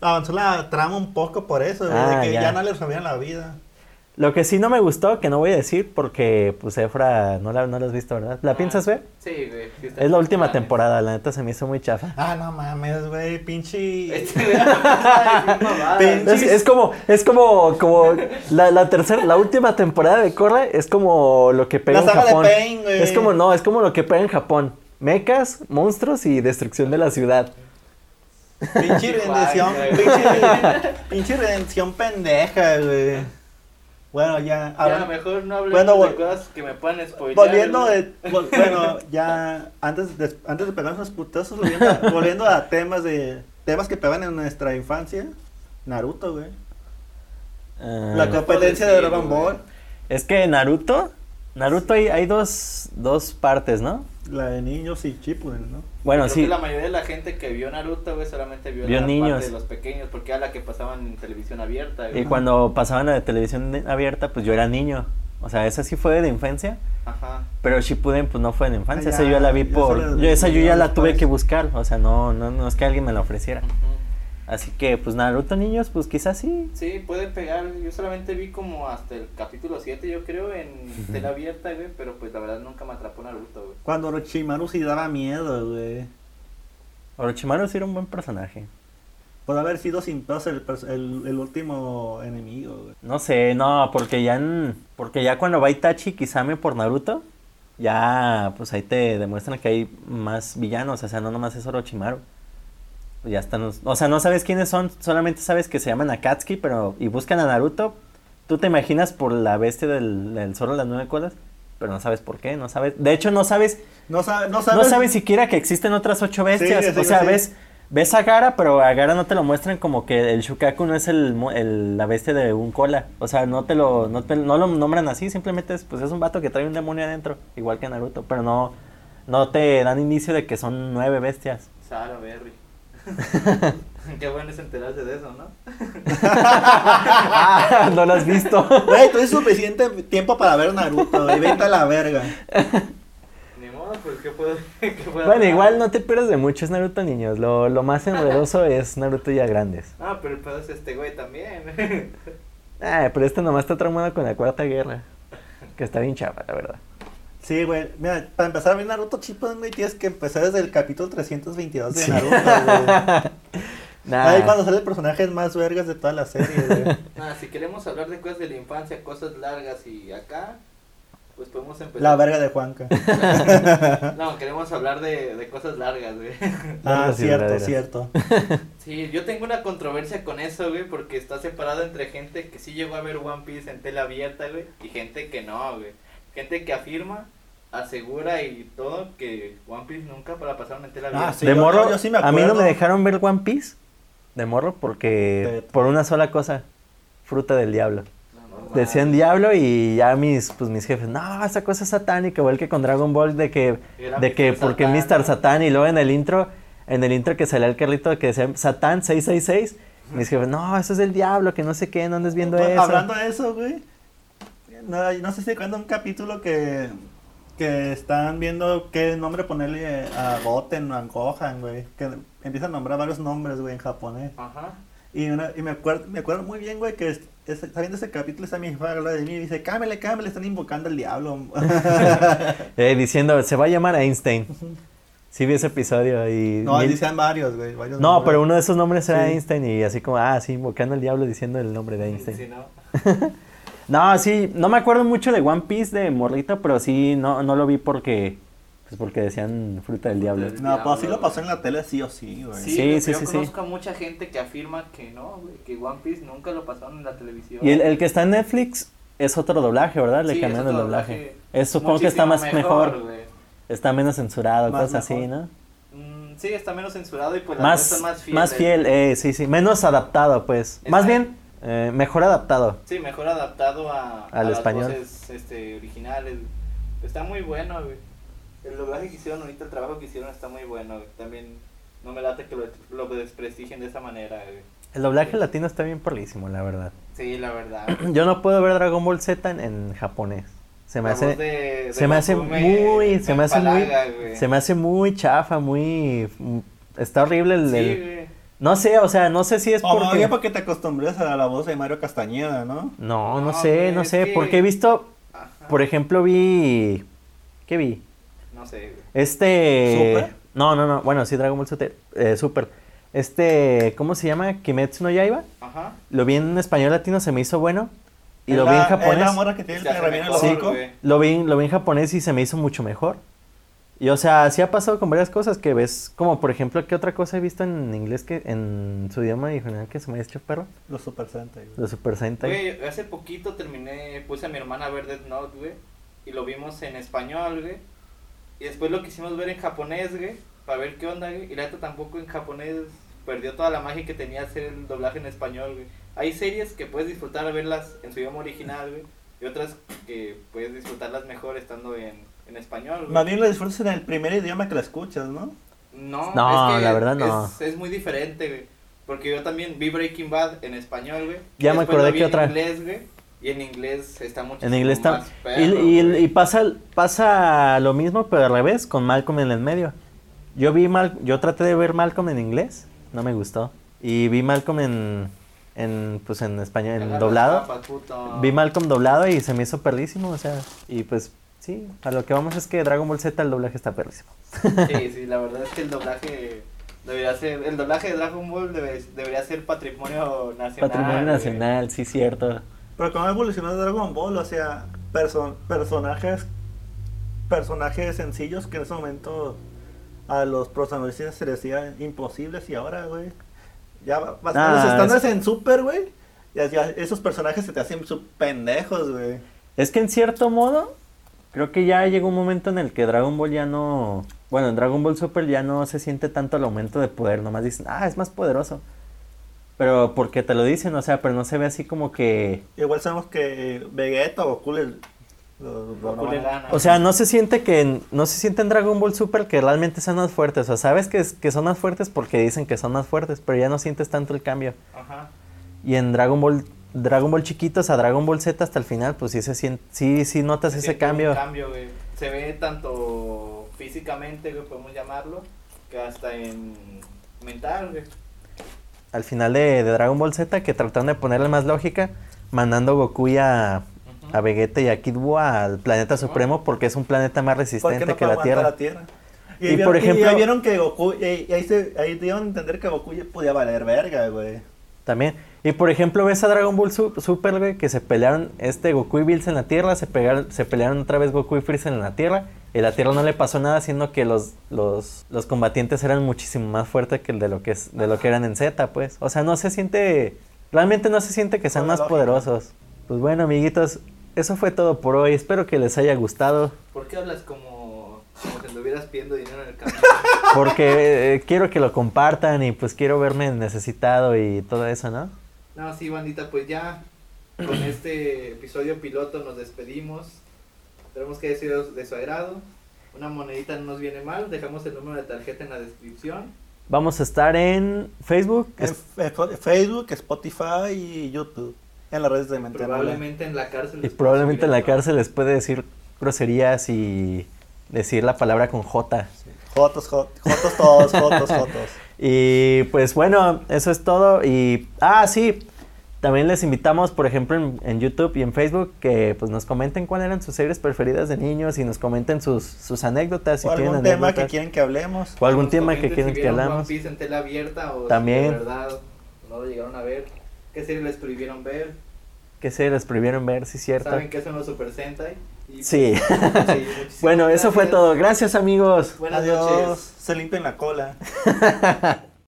S1: Avanzó la trama un poco por eso, güey,
S6: Ah,
S1: de que
S6: ya.
S1: ya. no le resolvían la vida.
S6: Lo que sí no me gustó, que no voy a decir porque, pues, Efra, no la, no la has visto, ¿verdad? ¿La
S2: Ah,
S6: piensas ver?
S2: Sí, güey. sí está
S6: Es la
S2: bien.
S6: última
S2: Ah,
S6: temporada, la neta se me hizo muy chafa.
S1: Ah, no mames, güey, pinche.
S2: Este güey, no está diciendo mamadas.
S1: Pinche-
S6: Es, es como, es como, como la, la tercera, la última temporada de Korra es como lo que
S1: La
S6: pega en
S1: saga de
S6: Japón.
S1: Pain, güey.
S6: es como, no, es como lo que pega en Japón. Mecas, monstruos y destrucción de la ciudad.
S1: Pinche redención,
S2: Guay, güey.
S1: pinche, pinche redención pendeja, güey. Bueno, ya.
S2: Ya, a
S1: ahora-
S2: lo mejor no hablemos
S1: Bueno,
S2: de
S1: vol-
S2: cosas que me puedan spoiler.
S1: Volviendo
S2: güey.
S1: de, vol- bueno, ya antes de, antes de pegarnos unos putazos, volviendo a, volviendo a temas de temas que pegan en nuestra infancia, Naruto, güey.
S6: Ah,
S1: La competencia de Dragon Ball,
S6: es que Naruto, Naruto hay, hay dos, dos partes, ¿no?
S1: la de niños y Shippuden, ¿no?
S6: Bueno,
S2: Creo
S6: sí.
S2: que la mayoría de la gente que vio Naruto, güey, solamente vio,
S6: Vio
S2: la
S6: niños.
S2: parte de los pequeños, porque era la que pasaban en televisión abierta,
S6: Y
S2: güey.
S6: cuando pasaban a la televisión de- abierta, pues yo era niño. O sea, esa sí fue de la infancia.
S2: Ajá.
S6: Pero Shippuden pues no fue en infancia,
S1: Ah,
S6: esa
S1: ya,
S6: yo la vi
S1: ya
S6: por...
S1: solo
S6: Yo, esa yo ya la tuve
S1: después.
S6: que buscar, o sea, no, no, no es que alguien me la ofreciera.
S2: ujú.
S6: Así que pues Naruto niños, pues quizás sí.
S2: Sí, puede pegar. Yo solamente vi como hasta el capítulo 7, yo creo, en tela abierta, güey, pero pues la verdad nunca me atrapó Naruto, güey.
S1: Cuando Orochimaru sí daba miedo, güey.
S6: Orochimaru sí era un buen personaje.
S1: Por haber sido sin pedos el, pers- el, el último enemigo, güey.
S6: No sé, no, porque ya en- porque ya cuando va Itachi y Kisame por Naruto, ya pues ahí te demuestran que hay más villanos, o sea, no nomás es Orochimaru. Pues, ya están, los- o sea, no sabes quiénes son, solamente sabes que se llaman Akatsuki, pero y buscan a Naruto. Tú te imaginas por la bestia del, del zorro de las nueve colas, pero no sabes por qué, no sabes. De hecho, no sabes,
S1: No, sabe, no sabes.
S6: no sabes siquiera que existen otras ocho bestias.
S1: Sí, sí,
S6: o sea,
S1: sí.
S6: ves, ves a Gara, pero a Gara no te lo muestran como que el Shukaku no es el, mo- el- la bestia de un cola. O sea, no te lo, no te- no lo nombran así, simplemente es, pues es un vato que trae un demonio adentro, igual que Naruto, pero no, no te dan inicio de que son nueve bestias.
S2: Sara Berry. Qué bueno es enterarse de eso, ¿no?
S6: Ah, no lo has visto.
S1: Güey, tuviste suficiente tiempo para ver Naruto, güey. Vete a la verga.
S2: Ni modo, pues qué puedo. qué puedo
S6: bueno,
S2: hacer?
S6: igual no te pierdas de mucho, es Naruto niños. Lo, lo más enredoso es Naruto ya grandes.
S2: Ah, pero el pedo es este güey también.
S6: Ah, pero este nomás está traumado con la Cuarta Guerra, que está bien chava, la verdad.
S1: Sí, güey. Mira, para empezar a ver Naruto Shippuden, güey, tienes que empezar desde el capítulo 322 de
S6: Sí.
S1: Naruto, güey.
S6: Nah.
S1: Ahí cuando sale el personaje más vergas de toda la serie, güey.
S2: Ah, si queremos hablar de cosas de la infancia, cosas largas y acá, pues podemos empezar.
S1: La verga de Juanca.
S2: No, queremos hablar de, de cosas largas, güey.
S1: Ah,
S6: Largas y
S1: cierto,
S6: verdaderas.
S1: cierto.
S2: Sí, yo tengo una controversia con eso, güey, porque está separado entre gente que sí llegó a ver One Piece en tela abierta, güey, y gente que no, güey. Gente que afirma, asegura y todo que One Piece nunca la pasaron en tela
S1: Ah,
S2: abierta.
S1: sí.
S6: de
S1: yo-
S6: morro,
S1: yo- yo sí me
S6: a mí no
S1: acuerdo.
S6: me dejaron ver One Piece de morro porque
S1: Te-
S6: por una sola cosa, fruta del diablo.
S2: No, no, no.
S6: Decían diablo y ya mis pues mis jefes, no, esa cosa es satánica, igual que con Dragon Ball de que
S2: Era
S6: de que
S2: Mr.
S6: porque
S2: Satán,
S6: Mr.
S2: ¿no?
S6: Satán y luego en el intro en el intro que salía el carrito que decía Satán 666, mis jefes, no, eso es el diablo, que no sé qué, no andes viendo
S1: Pues,
S6: eso.
S1: Hablando de eso, güey. No, no sé si cuando un capítulo que, que están viendo qué nombre ponerle a Goten o a Gohan, güey. Que empiezan a nombrar varios nombres, güey, en japonés.
S2: Ajá.
S1: Y, una- y me, acuerdo, me acuerdo muy bien, güey, que es- es- está viendo ese capítulo, está mi hija al lado de mí y dice, cámele, cámele, están invocando al diablo.
S6: Eh, diciendo, se va a llamar Einstein. Sí vi ese episodio y
S1: no,
S6: mil-
S1: dicen varios, güey. varios
S6: No,
S1: nombres.
S6: pero uno de esos nombres era
S1: Sí.
S6: Einstein y así como, ah, sí, invocando al diablo diciendo el nombre de Einstein.
S2: Sí, ¿no?
S6: No, sí, no me acuerdo mucho de One Piece de morrito, pero sí, no, no lo vi porque, pues porque decían fruta del diablo.
S2: del
S1: No, pues sí
S2: diablo,
S1: lo pasó en la tele sí o sí, güey.
S6: Pues
S2: Sí,
S6: Sí,
S2: güey,
S6: sí,
S2: yo
S6: sí, sí.
S2: conozco a mucha gente que afirma que no, güey, que One Piece nunca lo pasaron en la televisión.
S6: Y el, el que está en Netflix es otro doblaje, ¿verdad? Le
S2: Sí, es
S6: cambiaron el
S2: otro
S6: doblaje. Es- supongo que está más
S2: Muchísimo
S6: mejor,
S2: güey.
S6: está menos censurado,
S1: Más
S6: cosas así,
S1: mejor.
S6: ¿no?
S2: Mm, sí, está menos censurado y pues las voces
S6: Más,
S2: son más
S6: más,
S2: fieles.
S6: fiel, eh, sí, sí, menos adaptado, pues. Más
S2: Exacto.
S6: bien, eh, mejor adaptado.
S2: Sí, mejor adaptado a,
S6: Al
S2: a
S6: español.
S2: las voces este, originales. Está muy bueno, güey. el doblaje que hicieron ahorita, el trabajo que hicieron está muy bueno, güey. También no me late que lo, lo desprestigien de esa manera, güey.
S6: El doblaje latino está bien porlísimo, la verdad.
S2: Sí, la verdad.
S6: Yo no puedo ver Dragon Ball Z en, en japonés. Se me
S2: La
S6: hace
S2: voz de- de
S6: se me hace
S2: Goku me-
S6: muy
S2: me
S6: se me hace muy
S2: empalaga, güey.
S6: se me hace muy chafa, muy mm, está horrible el,
S2: Sí,
S6: el-
S2: güey.
S6: no sé, o sea, no sé si es
S1: O más
S6: porque
S1: bien porque te acostumbres a la voz de Mario Castañeda, ¿no?
S6: No, no
S2: No,
S6: sé,
S2: güey,
S6: no
S2: es
S6: sé,
S2: que-
S6: porque he visto,
S2: Ajá.
S6: por e ejemplo, vi ¿qué vi?
S2: No sé, güey.
S6: Este.
S1: ¿Super?
S6: No, no, no. Bueno, sí, Dragon Ball Super. Super. Este. ¿Cómo se llama? Kimetsu no Yaiba.
S2: Ajá.
S6: Lo vi en español latino, se me hizo bueno. Y
S1: Es
S6: lo vi en
S1: la- Es
S6: japonés.
S1: la morra que tiene el
S2: Se hace
S1: que reviene el
S2: mejor,
S1: hocico.
S2: güey.
S6: Lo vi, lo vi en japonés y se me hizo mucho mejor. Y o sea, sí ha pasado con varias cosas que ves, como por ejemplo, ¿qué otra cosa he visto en inglés que en su idioma original que se me ha hecho perro?
S1: Los Super Sentai, güey.
S6: Los Super Sentai.
S2: Güey, hace poquito terminé, puse a mi hermana a ver Death Note, güey. Y lo vimos en español, güey. Y después lo quisimos ver en japonés, güey. Para ver qué onda, güey. Y la neta tampoco en japonés perdió toda la magia que tenía hacer el doblaje en español, güey. Hay series que puedes disfrutar al verlas en su idioma original, güey. Y otras que puedes disfrutarlas mejor estando en, en español, güey.
S1: Más bien lo disfrutas en el primer idioma que la escuchas, ¿no?
S2: No,
S6: No,
S2: es que
S6: la verdad no.
S2: Es, es muy diferente, güey. Porque yo también vi Breaking Bad en español, güey.
S6: Ya
S2: Y
S6: me
S2: después
S6: acordé
S2: lo vi
S6: que
S2: en
S6: otra-
S2: inglés, güey. Y en inglés está mucho
S6: En inglés está.
S2: más
S6: Y,
S2: perro,
S6: y-
S2: güey.
S6: y pasa, pasa lo mismo, pero al revés, con Malcolm en el medio. Yo vi Mal, yo traté de ver Malcolm en inglés, no me gustó. Y vi Malcolm en, en pues en español, en
S2: Agarra
S6: doblado.
S2: papas, puto.
S6: Vi Malcolm doblado y se me hizo perlísimo, o sea, y pues sí, a lo que vamos es que Dragon Ball Z el doblaje está perlísimo.
S2: Sí, sí, la verdad es que el doblaje debería ser. El doblaje de Dragon Ball debe- debería ser patrimonio nacional.
S6: Patrimonio
S2: güey.
S6: nacional, sí cierto.
S1: Pero como ha evolucionado Dragon Ball, o sea, perso- personajes personajes sencillos que en ese momento a los protagonistas se les hacían imposibles y ahora, güey, ya ba- basando
S6: Ah,
S1: los
S6: es-
S1: estándares en Super, güey, ya, ya esos personajes se te hacen sub pendejos, güey.
S6: Es que en cierto modo, creo que ya llegó un momento en el que Dragon Ball ya no. Bueno, en Dragon Ball Super ya no se siente tanto el aumento de poder, nomás dicen, ah, es más poderoso. Pero porque te lo dicen, o sea, pero no se ve así como que.
S1: Igual sabemos que Vegeta o Goku les- los-
S2: Goku
S1: los-
S2: le gana.
S6: O sea, no se siente que. en- No se siente en Dragon Ball Super que realmente sean más fuertes. O sea, sabes que, es- que son más fuertes porque dicen que son más fuertes, pero ya no sientes tanto el cambio.
S2: Ajá.
S6: Y en Dragon Ball. Dragon Ball chiquitos a Dragon Ball Z hasta el final, pues sí se siente, sí, sí notas ese
S2: Siente un
S6: cambio.
S2: cambio, güey. Se ve tanto físicamente, güey, podemos llamarlo, que hasta en mental, güey.
S6: al final de, de Dragon Ball Z que trataron de ponerle más lógica, mandando Goku y a,
S2: Ujú.
S6: a Vegeta y a Kid Buu al planeta supremo porque es un planeta más
S1: ¿Por qué
S6: resistente
S1: no
S6: que
S1: puede
S6: la
S1: aguantar
S6: Tierra.
S1: la Tierra? Y,
S6: Y,
S1: ahí
S6: por
S1: vieron- y ahí
S6: ejemplo-
S1: vieron que Goku, y, y ahí, se, ahí dieron a entender que Goku ya podía valer verga, güey.
S6: También. Y por ejemplo, ves a Dragon Ball Su- Super, güey, que se pelearon este Goku y Bills en la Tierra, se, pegaron, se pelearon otra vez Goku y Freezer en la Tierra, y la Tierra no le pasó nada, siendo que los, los, los combatientes eran muchísimo más fuertes que el de lo que, es- de lo que eran en Z, pues. O sea, no se siente, realmente no se siente que sean
S1: Con
S6: más
S1: lógica.
S6: poderosos. Pues bueno, amiguitos, eso fue todo por hoy, espero que les haya gustado,
S2: ¿Por qué hablas como, como si estuvieras pidiendo dinero en el camino?
S6: porque eh, quiero que lo compartan y pues quiero verme necesitado y todo eso, ¿no?
S2: no, sí, bandita, pues ya con este episodio piloto nos despedimos. Esperemos que haya sido de su agrado. Una monedita no nos viene mal. Dejamos el número de tarjeta en la descripción.
S6: Vamos a estar en Facebook,
S1: En, en Facebook, Spotify y YouTube. En las redes de Mentena.
S2: Probablemente en la cárcel.
S6: Y
S2: les
S6: probablemente en la
S2: puedo subir
S6: cárcel les puede decir groserías y decir la palabra con J.
S1: Jotos, jot- jotos todos, jotos, jotos.
S6: Y pues bueno, eso es todo. Y, ah, sí, también les invitamos, por ejemplo, en, en YouTube y en Facebook, que pues nos comenten cuáles eran sus series preferidas de niños y nos comenten sus, sus anécdotas. Si
S1: O algún
S6: tienen
S1: tema que
S6: anécdotas.
S1: quieren que hablemos.
S6: O algún
S2: Nos
S6: tema que
S2: comenten
S6: quieren
S2: si
S6: que
S2: vieron One
S6: hablamos.
S2: Piece en tela abierta o si
S6: También.
S2: de verdad no lo llegaron a ver. ¿Qué serie les prohibieron ver?
S6: ¿Qué series les prohibieron ver? Sí, cierto.
S2: ¿Saben qué son los Super Sentai? Y- pues,
S6: Sí.
S2: Sí, muchísimas
S6: Bueno, eso fue
S2: gracias.
S6: todo. Gracias, amigos.
S2: Buenas
S1: Adiós.
S2: noches.
S1: Se limpian la cola.